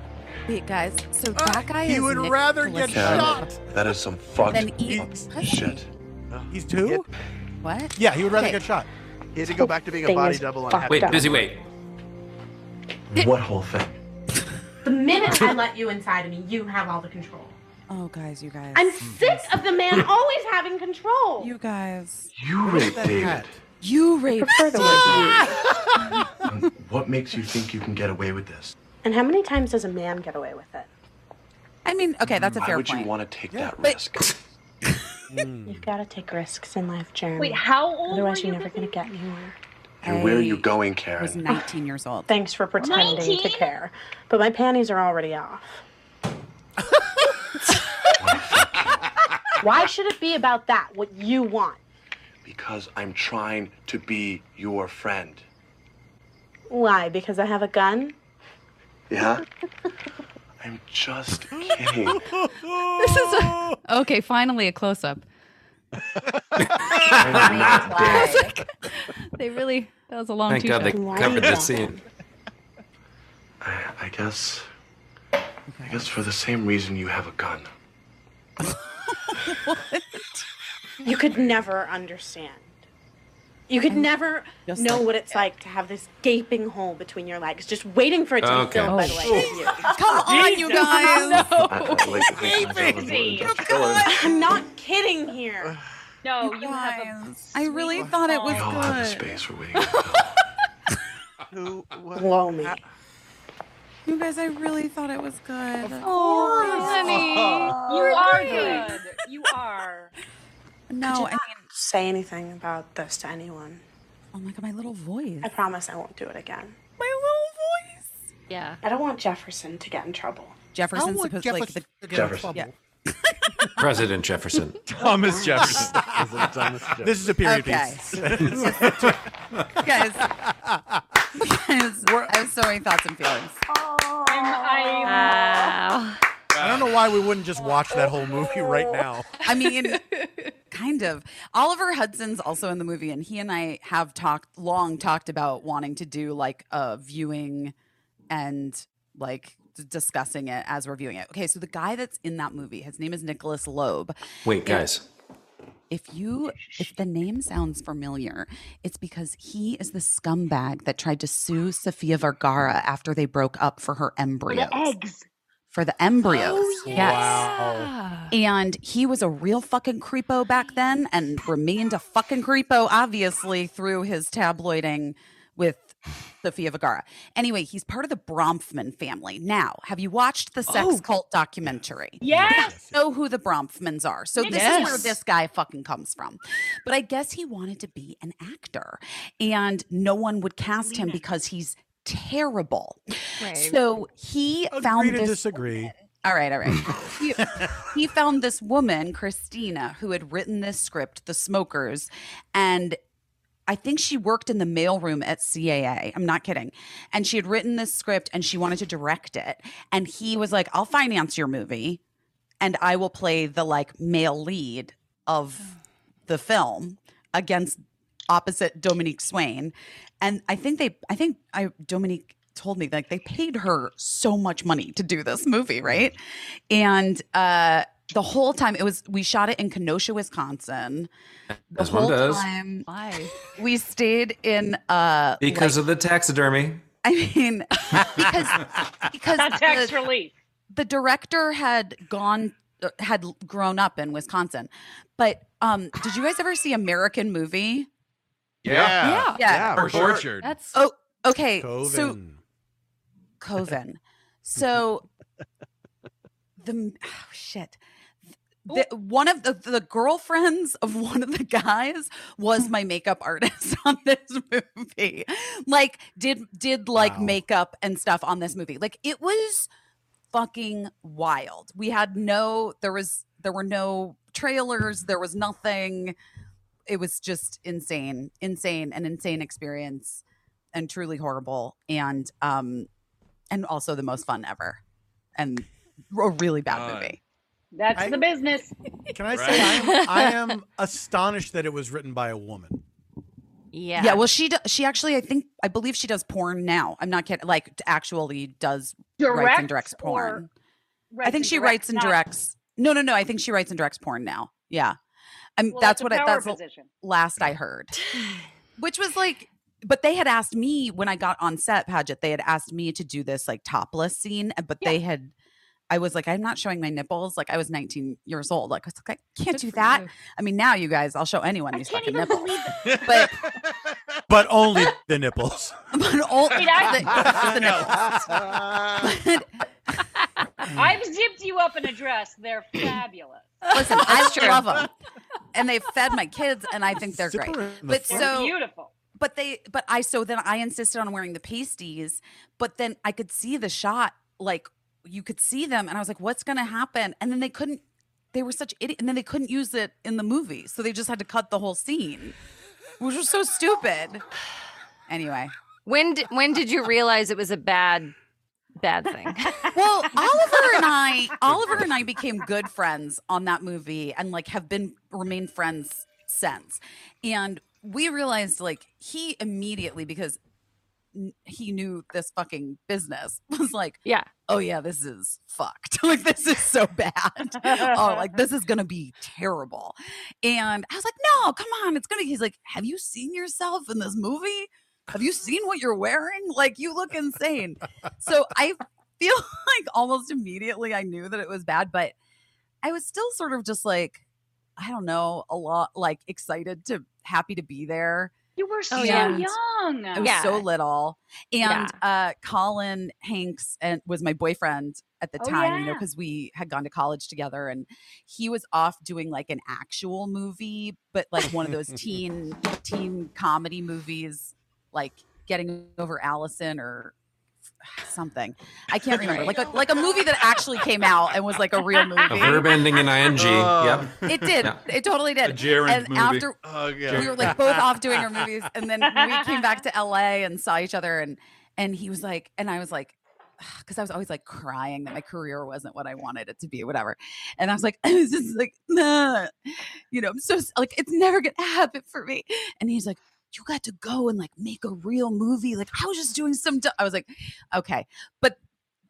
Speaker 6: Wait, guys. So that guy
Speaker 3: he
Speaker 6: is
Speaker 3: would
Speaker 6: Nick
Speaker 3: rather get
Speaker 6: Felicity.
Speaker 3: shot.
Speaker 15: That is some fucked
Speaker 6: Then eat
Speaker 15: up
Speaker 6: pussy.
Speaker 15: shit.
Speaker 3: He's two.
Speaker 6: What?
Speaker 3: Yeah, he would rather
Speaker 6: Okay.
Speaker 3: get shot.
Speaker 10: He had to go back to being a body double on Happy
Speaker 5: Wait,
Speaker 10: Death.
Speaker 5: busy wait.
Speaker 15: What whole thing?
Speaker 17: The minute I let you inside of me, you have all the control.
Speaker 6: Oh, guys, you guys.
Speaker 17: I'm sick of the man always having control.
Speaker 6: You guys.
Speaker 15: You raped David.
Speaker 6: You raped
Speaker 15: What makes you think you can get away with this?
Speaker 17: And how many times does a man get away with it?
Speaker 6: I mean, okay, that's a
Speaker 15: Why
Speaker 6: fair
Speaker 15: would
Speaker 6: point. Mm.
Speaker 15: you want to take that
Speaker 6: But-
Speaker 15: risk?
Speaker 17: You've got to take risks in life, Jeremy.
Speaker 23: Wait, how old
Speaker 17: Otherwise,
Speaker 23: were
Speaker 17: you're
Speaker 23: you
Speaker 17: never going to get anywhere.
Speaker 15: And where are you
Speaker 6: I
Speaker 15: going,
Speaker 6: was
Speaker 15: Karen?
Speaker 6: 19 years old.
Speaker 17: Thanks for pretending to
Speaker 23: 19?
Speaker 17: care, but my panties are already off. Why should it be about that? What you want?
Speaker 15: Because I'm trying to be your friend.
Speaker 17: Why? Because I have a gun?
Speaker 15: Yeah? I'm just kidding.
Speaker 8: This is a, okay. Finally, a close up.
Speaker 15: I'm not dead.
Speaker 8: They really that was a long.
Speaker 5: Thank God they
Speaker 8: two-shot.
Speaker 5: covered the scene.
Speaker 15: I, I guess. I guess for the same reason you have a gun.
Speaker 17: You could never understand. You could never
Speaker 6: just
Speaker 17: know
Speaker 6: like-
Speaker 17: what it's like to have this gaping hole between your legs, just waiting for it to be
Speaker 5: Okay.
Speaker 17: filled by the
Speaker 6: Oh.
Speaker 17: way of you.
Speaker 6: Come on, you guys.
Speaker 15: I, I like to think of myself as a
Speaker 23: Easy.
Speaker 15: little killer.
Speaker 17: I'm not kidding here.
Speaker 11: No, you have a.
Speaker 6: guys. I really thought it
Speaker 15: We all have the
Speaker 6: was good.
Speaker 15: space we're waiting for.
Speaker 24: Who? What?
Speaker 17: Blow me.
Speaker 6: You guys, I really thought it was good.
Speaker 11: You are good. You are.
Speaker 6: No, I mean,
Speaker 17: Say anything about this to anyone.
Speaker 6: oh my god, my little voice.
Speaker 17: I promise I won't do it again.
Speaker 6: My little voice.
Speaker 25: Yeah.
Speaker 17: I don't want Jefferson to get in trouble.
Speaker 3: How
Speaker 6: Jefferson's
Speaker 3: would
Speaker 6: supposed like the
Speaker 3: Jefferson get in
Speaker 15: Jefferson.
Speaker 3: trouble?
Speaker 5: President Jefferson.
Speaker 16: Thomas Jefferson.
Speaker 10: Is it Thomas Jefferson?
Speaker 3: This is a period
Speaker 6: Okay.
Speaker 3: piece.
Speaker 6: guys. guys I have so many thoughts and feelings.
Speaker 11: I'm, I'm,
Speaker 25: Wow.
Speaker 3: I don't know why we wouldn't just watch that whole movie right now.
Speaker 6: I mean, kind of. Oliver Hudson's also in the movie, and he and I have talked long talked about wanting to do like a viewing and like d- discussing it as we're viewing it. Okay, so the guy that's in that movie, his name is Nicholas Loeb.
Speaker 5: Wait, guys.
Speaker 6: If you if the name sounds familiar, it's because he is the scumbag that tried to sue Sofia Vergara after they broke up for her embryos.
Speaker 11: the eggs.
Speaker 6: For the embryos. Yes.
Speaker 3: Wow.
Speaker 6: And he was a real fucking creepo back then and remained a fucking creepo, obviously, through his tabloiding with Sofia Vergara. Anyway, he's part of the Bronfman family. Now, have you watched the sex cult documentary?
Speaker 11: Yes.
Speaker 6: Know who the Bronfmans are. So this is where
Speaker 8: Yes.
Speaker 6: this guy fucking comes from. But I guess he wanted to be an actor and no one would cast him because he's terrible.
Speaker 25: Right.
Speaker 6: So he
Speaker 3: Agree
Speaker 6: found
Speaker 3: to
Speaker 6: this
Speaker 3: disagree.
Speaker 6: all right, all right. he, he found this woman, Christina, who had written this script, The Smokers, and I think she worked in the mailroom at CAA. I'm not kidding. And she had written this script and she wanted to direct it. And he was like, I'll finance your movie and I will play the like male lead of the film against opposite Dominique Swain. And I think they, I think I, Dominique told me like they paid her so much money to do this movie, right? And uh, the whole time it was, we shot it in Kenosha, Wisconsin. The
Speaker 5: As one does.
Speaker 6: time
Speaker 8: Why?
Speaker 6: we stayed in, uh,
Speaker 5: Because of the taxidermy.
Speaker 6: I mean, because because
Speaker 11: That's tax
Speaker 6: the-
Speaker 11: relief.
Speaker 6: the director had gone uh, had l- grown up in Wisconsin. But um did you guys ever see American Movie?
Speaker 7: Yeah.
Speaker 6: Yeah. Yeah.
Speaker 7: Or Orchard.
Speaker 6: That's oh okay. So
Speaker 7: Coven.
Speaker 6: Coven. so the m- oh, shit. The, one of the, the girlfriends of one of the guys was my makeup artist on this movie. Like did did like makeup and stuff on this movie. Like it was fucking wild. We had no there was there were no trailers, there was nothing. It was just insane, insane an insane experience and truly horrible and um and also the most fun ever and a really bad
Speaker 2: God.
Speaker 6: movie.
Speaker 11: That's
Speaker 3: I-
Speaker 11: the business.
Speaker 3: Can I say I am, I am astonished that it was written by a woman.
Speaker 6: Yeah. Well, she do, she actually, I think, I believe she does porn now. I'm not kidding. Like, t- actually does writes and directs
Speaker 11: Directs
Speaker 6: porn.
Speaker 11: or
Speaker 6: I think
Speaker 11: writes
Speaker 6: she
Speaker 11: and
Speaker 6: writes
Speaker 11: directs,
Speaker 6: and
Speaker 11: not-
Speaker 6: directs. No, no, no. I think she writes and directs porn now. Yeah. I mean,
Speaker 11: Well,
Speaker 6: that's
Speaker 11: that's a
Speaker 6: what I,
Speaker 11: power
Speaker 6: that's the
Speaker 11: position.
Speaker 6: last I heard, which was like, but they had asked me when I got on set, Paget. They had asked me to do this like topless scene, uh, but they had. I was like, I'm not showing my nipples. Like I was 19 years old. Like I was like, I can't do that. I mean, now you guys, I'll show anyone these fucking nipples. but
Speaker 3: But only the nipples.
Speaker 6: but all
Speaker 11: Wait, I-
Speaker 6: the- the nipples.
Speaker 11: I've zipped you up in a dress. They're fabulous.
Speaker 6: Listen, I love them, and they fed my kids, and I think they're great.
Speaker 11: Zipper in the
Speaker 6: But
Speaker 11: front.
Speaker 6: so
Speaker 11: They're beautiful.
Speaker 6: But they, but I so then I insisted on wearing the pasties, but then I could see the shot, like you could see them, and I was like, "What's gonna happen?" And then they couldn't. They were such idiot, and then they couldn't use it in the movie, so they just had to cut the whole scene, which was so stupid. Anyway.
Speaker 4: When d- when did you realize it was a bad bad thing?
Speaker 6: well, Oliver and I, Oliver and I became good friends on that movie, and like have been remained friends since. And we realized like he immediately because n- he knew this fucking business was like,
Speaker 4: yeah,
Speaker 6: oh yeah, this is fucked. like this is so bad. oh, like this is gonna be terrible. And I was like, no, come on, it's gonna. He's like, have you seen yourself in this movie? Have you seen what you're wearing? Like you look insane. so I feel like almost immediately I knew that it was bad, but I was still sort of just like, I don't know, a lot like excited to happy to be there.
Speaker 11: You were so young.
Speaker 6: Oh, I was
Speaker 11: Yeah.
Speaker 6: so little. And uh, Colin Hanks and was my boyfriend at the
Speaker 11: Oh,
Speaker 6: time, you know,
Speaker 11: yeah.
Speaker 6: because we had gone to college together and he was off doing like an actual movie, but like one of those teen teen comedy movies, like getting over Allison or something. I can't remember. Like a like a movie that actually came out and was like a real movie.
Speaker 5: A verb ending in ing.
Speaker 7: Oh.
Speaker 5: yep.
Speaker 6: It did.
Speaker 5: Yeah. Uh,
Speaker 6: It totally did.
Speaker 5: A gerund
Speaker 6: and
Speaker 5: movie.
Speaker 6: after
Speaker 7: Oh, yeah.
Speaker 6: we were like both off doing our movies, and then we came back to LA and saw each other, and and he was like, and I was like, because I was always like crying that my career wasn't what I wanted it to be, whatever. And I was like, I was just like, nah, you know, I'm so s- like it's never gonna happen for me. And he's like. You got to go and like make a real movie. Like I was just doing some. d-" I was like, okay, but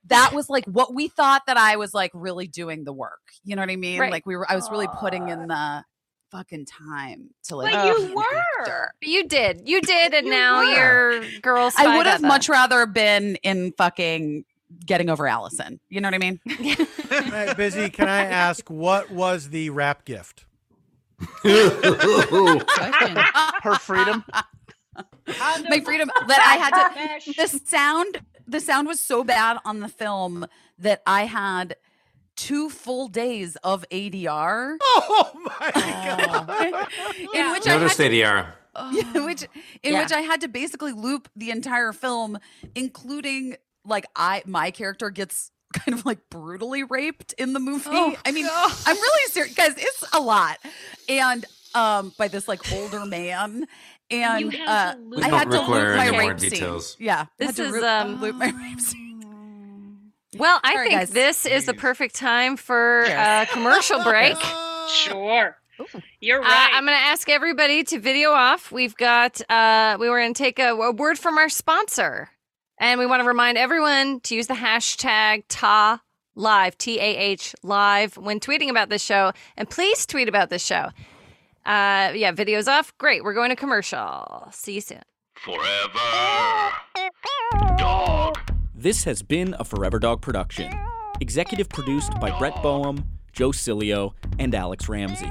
Speaker 6: that was like what we thought that I was like really doing the work. You know what I mean?
Speaker 4: Right.
Speaker 6: Like we were, I was really putting in the fucking time to like.
Speaker 4: But
Speaker 6: oh,
Speaker 4: you
Speaker 6: be an actor.
Speaker 4: But you did. You did, and now
Speaker 6: were.
Speaker 4: you're girls.
Speaker 6: I would have much rather been in fucking getting over Allison. You know what I mean?
Speaker 3: All right, Busy, can I ask what was the wrap gift?
Speaker 10: Her freedom.
Speaker 4: Oh,
Speaker 6: My freedom that I had to. The sound, the sound was so bad on the film that I had two full days of ADR.
Speaker 3: Oh my
Speaker 4: Oh.
Speaker 6: god! in which I had
Speaker 5: Notice
Speaker 6: to
Speaker 5: they are.
Speaker 6: Yeah, which in which
Speaker 4: Yeah.
Speaker 6: I had to basically loop the entire film, including like I my character gets kind of like brutally raped in the movie.
Speaker 4: Oh,
Speaker 6: I mean, I'm really serious, guys. It's a lot, and um, by this like older man, and
Speaker 4: had
Speaker 6: uh,
Speaker 4: to
Speaker 5: We
Speaker 6: I
Speaker 5: don't
Speaker 6: had to
Speaker 5: require
Speaker 6: loop my
Speaker 5: any more
Speaker 6: rape
Speaker 5: details.
Speaker 6: scene. Yeah,
Speaker 4: This
Speaker 6: had to
Speaker 4: is,
Speaker 6: ru-
Speaker 4: um,
Speaker 6: loop my rape scene.
Speaker 4: Well, I
Speaker 6: Sorry,
Speaker 4: think
Speaker 6: guys.
Speaker 4: this is the perfect time for a commercial break.
Speaker 11: Sure. You're
Speaker 4: Uh, I'm going to ask everybody to video off. We've got, uh, we were going to take a, a word from our sponsor. And we want to remind everyone to use the hashtag TA live, T A H live, when tweeting about this show. And please tweet about this show. Uh, yeah, video's off. Great. We're going to commercial. See you soon.
Speaker 16: Forever.
Speaker 1: This has been a Forever Dog production, executive produced by Brett Boehm, Joe Cilio, and Alex Ramsey.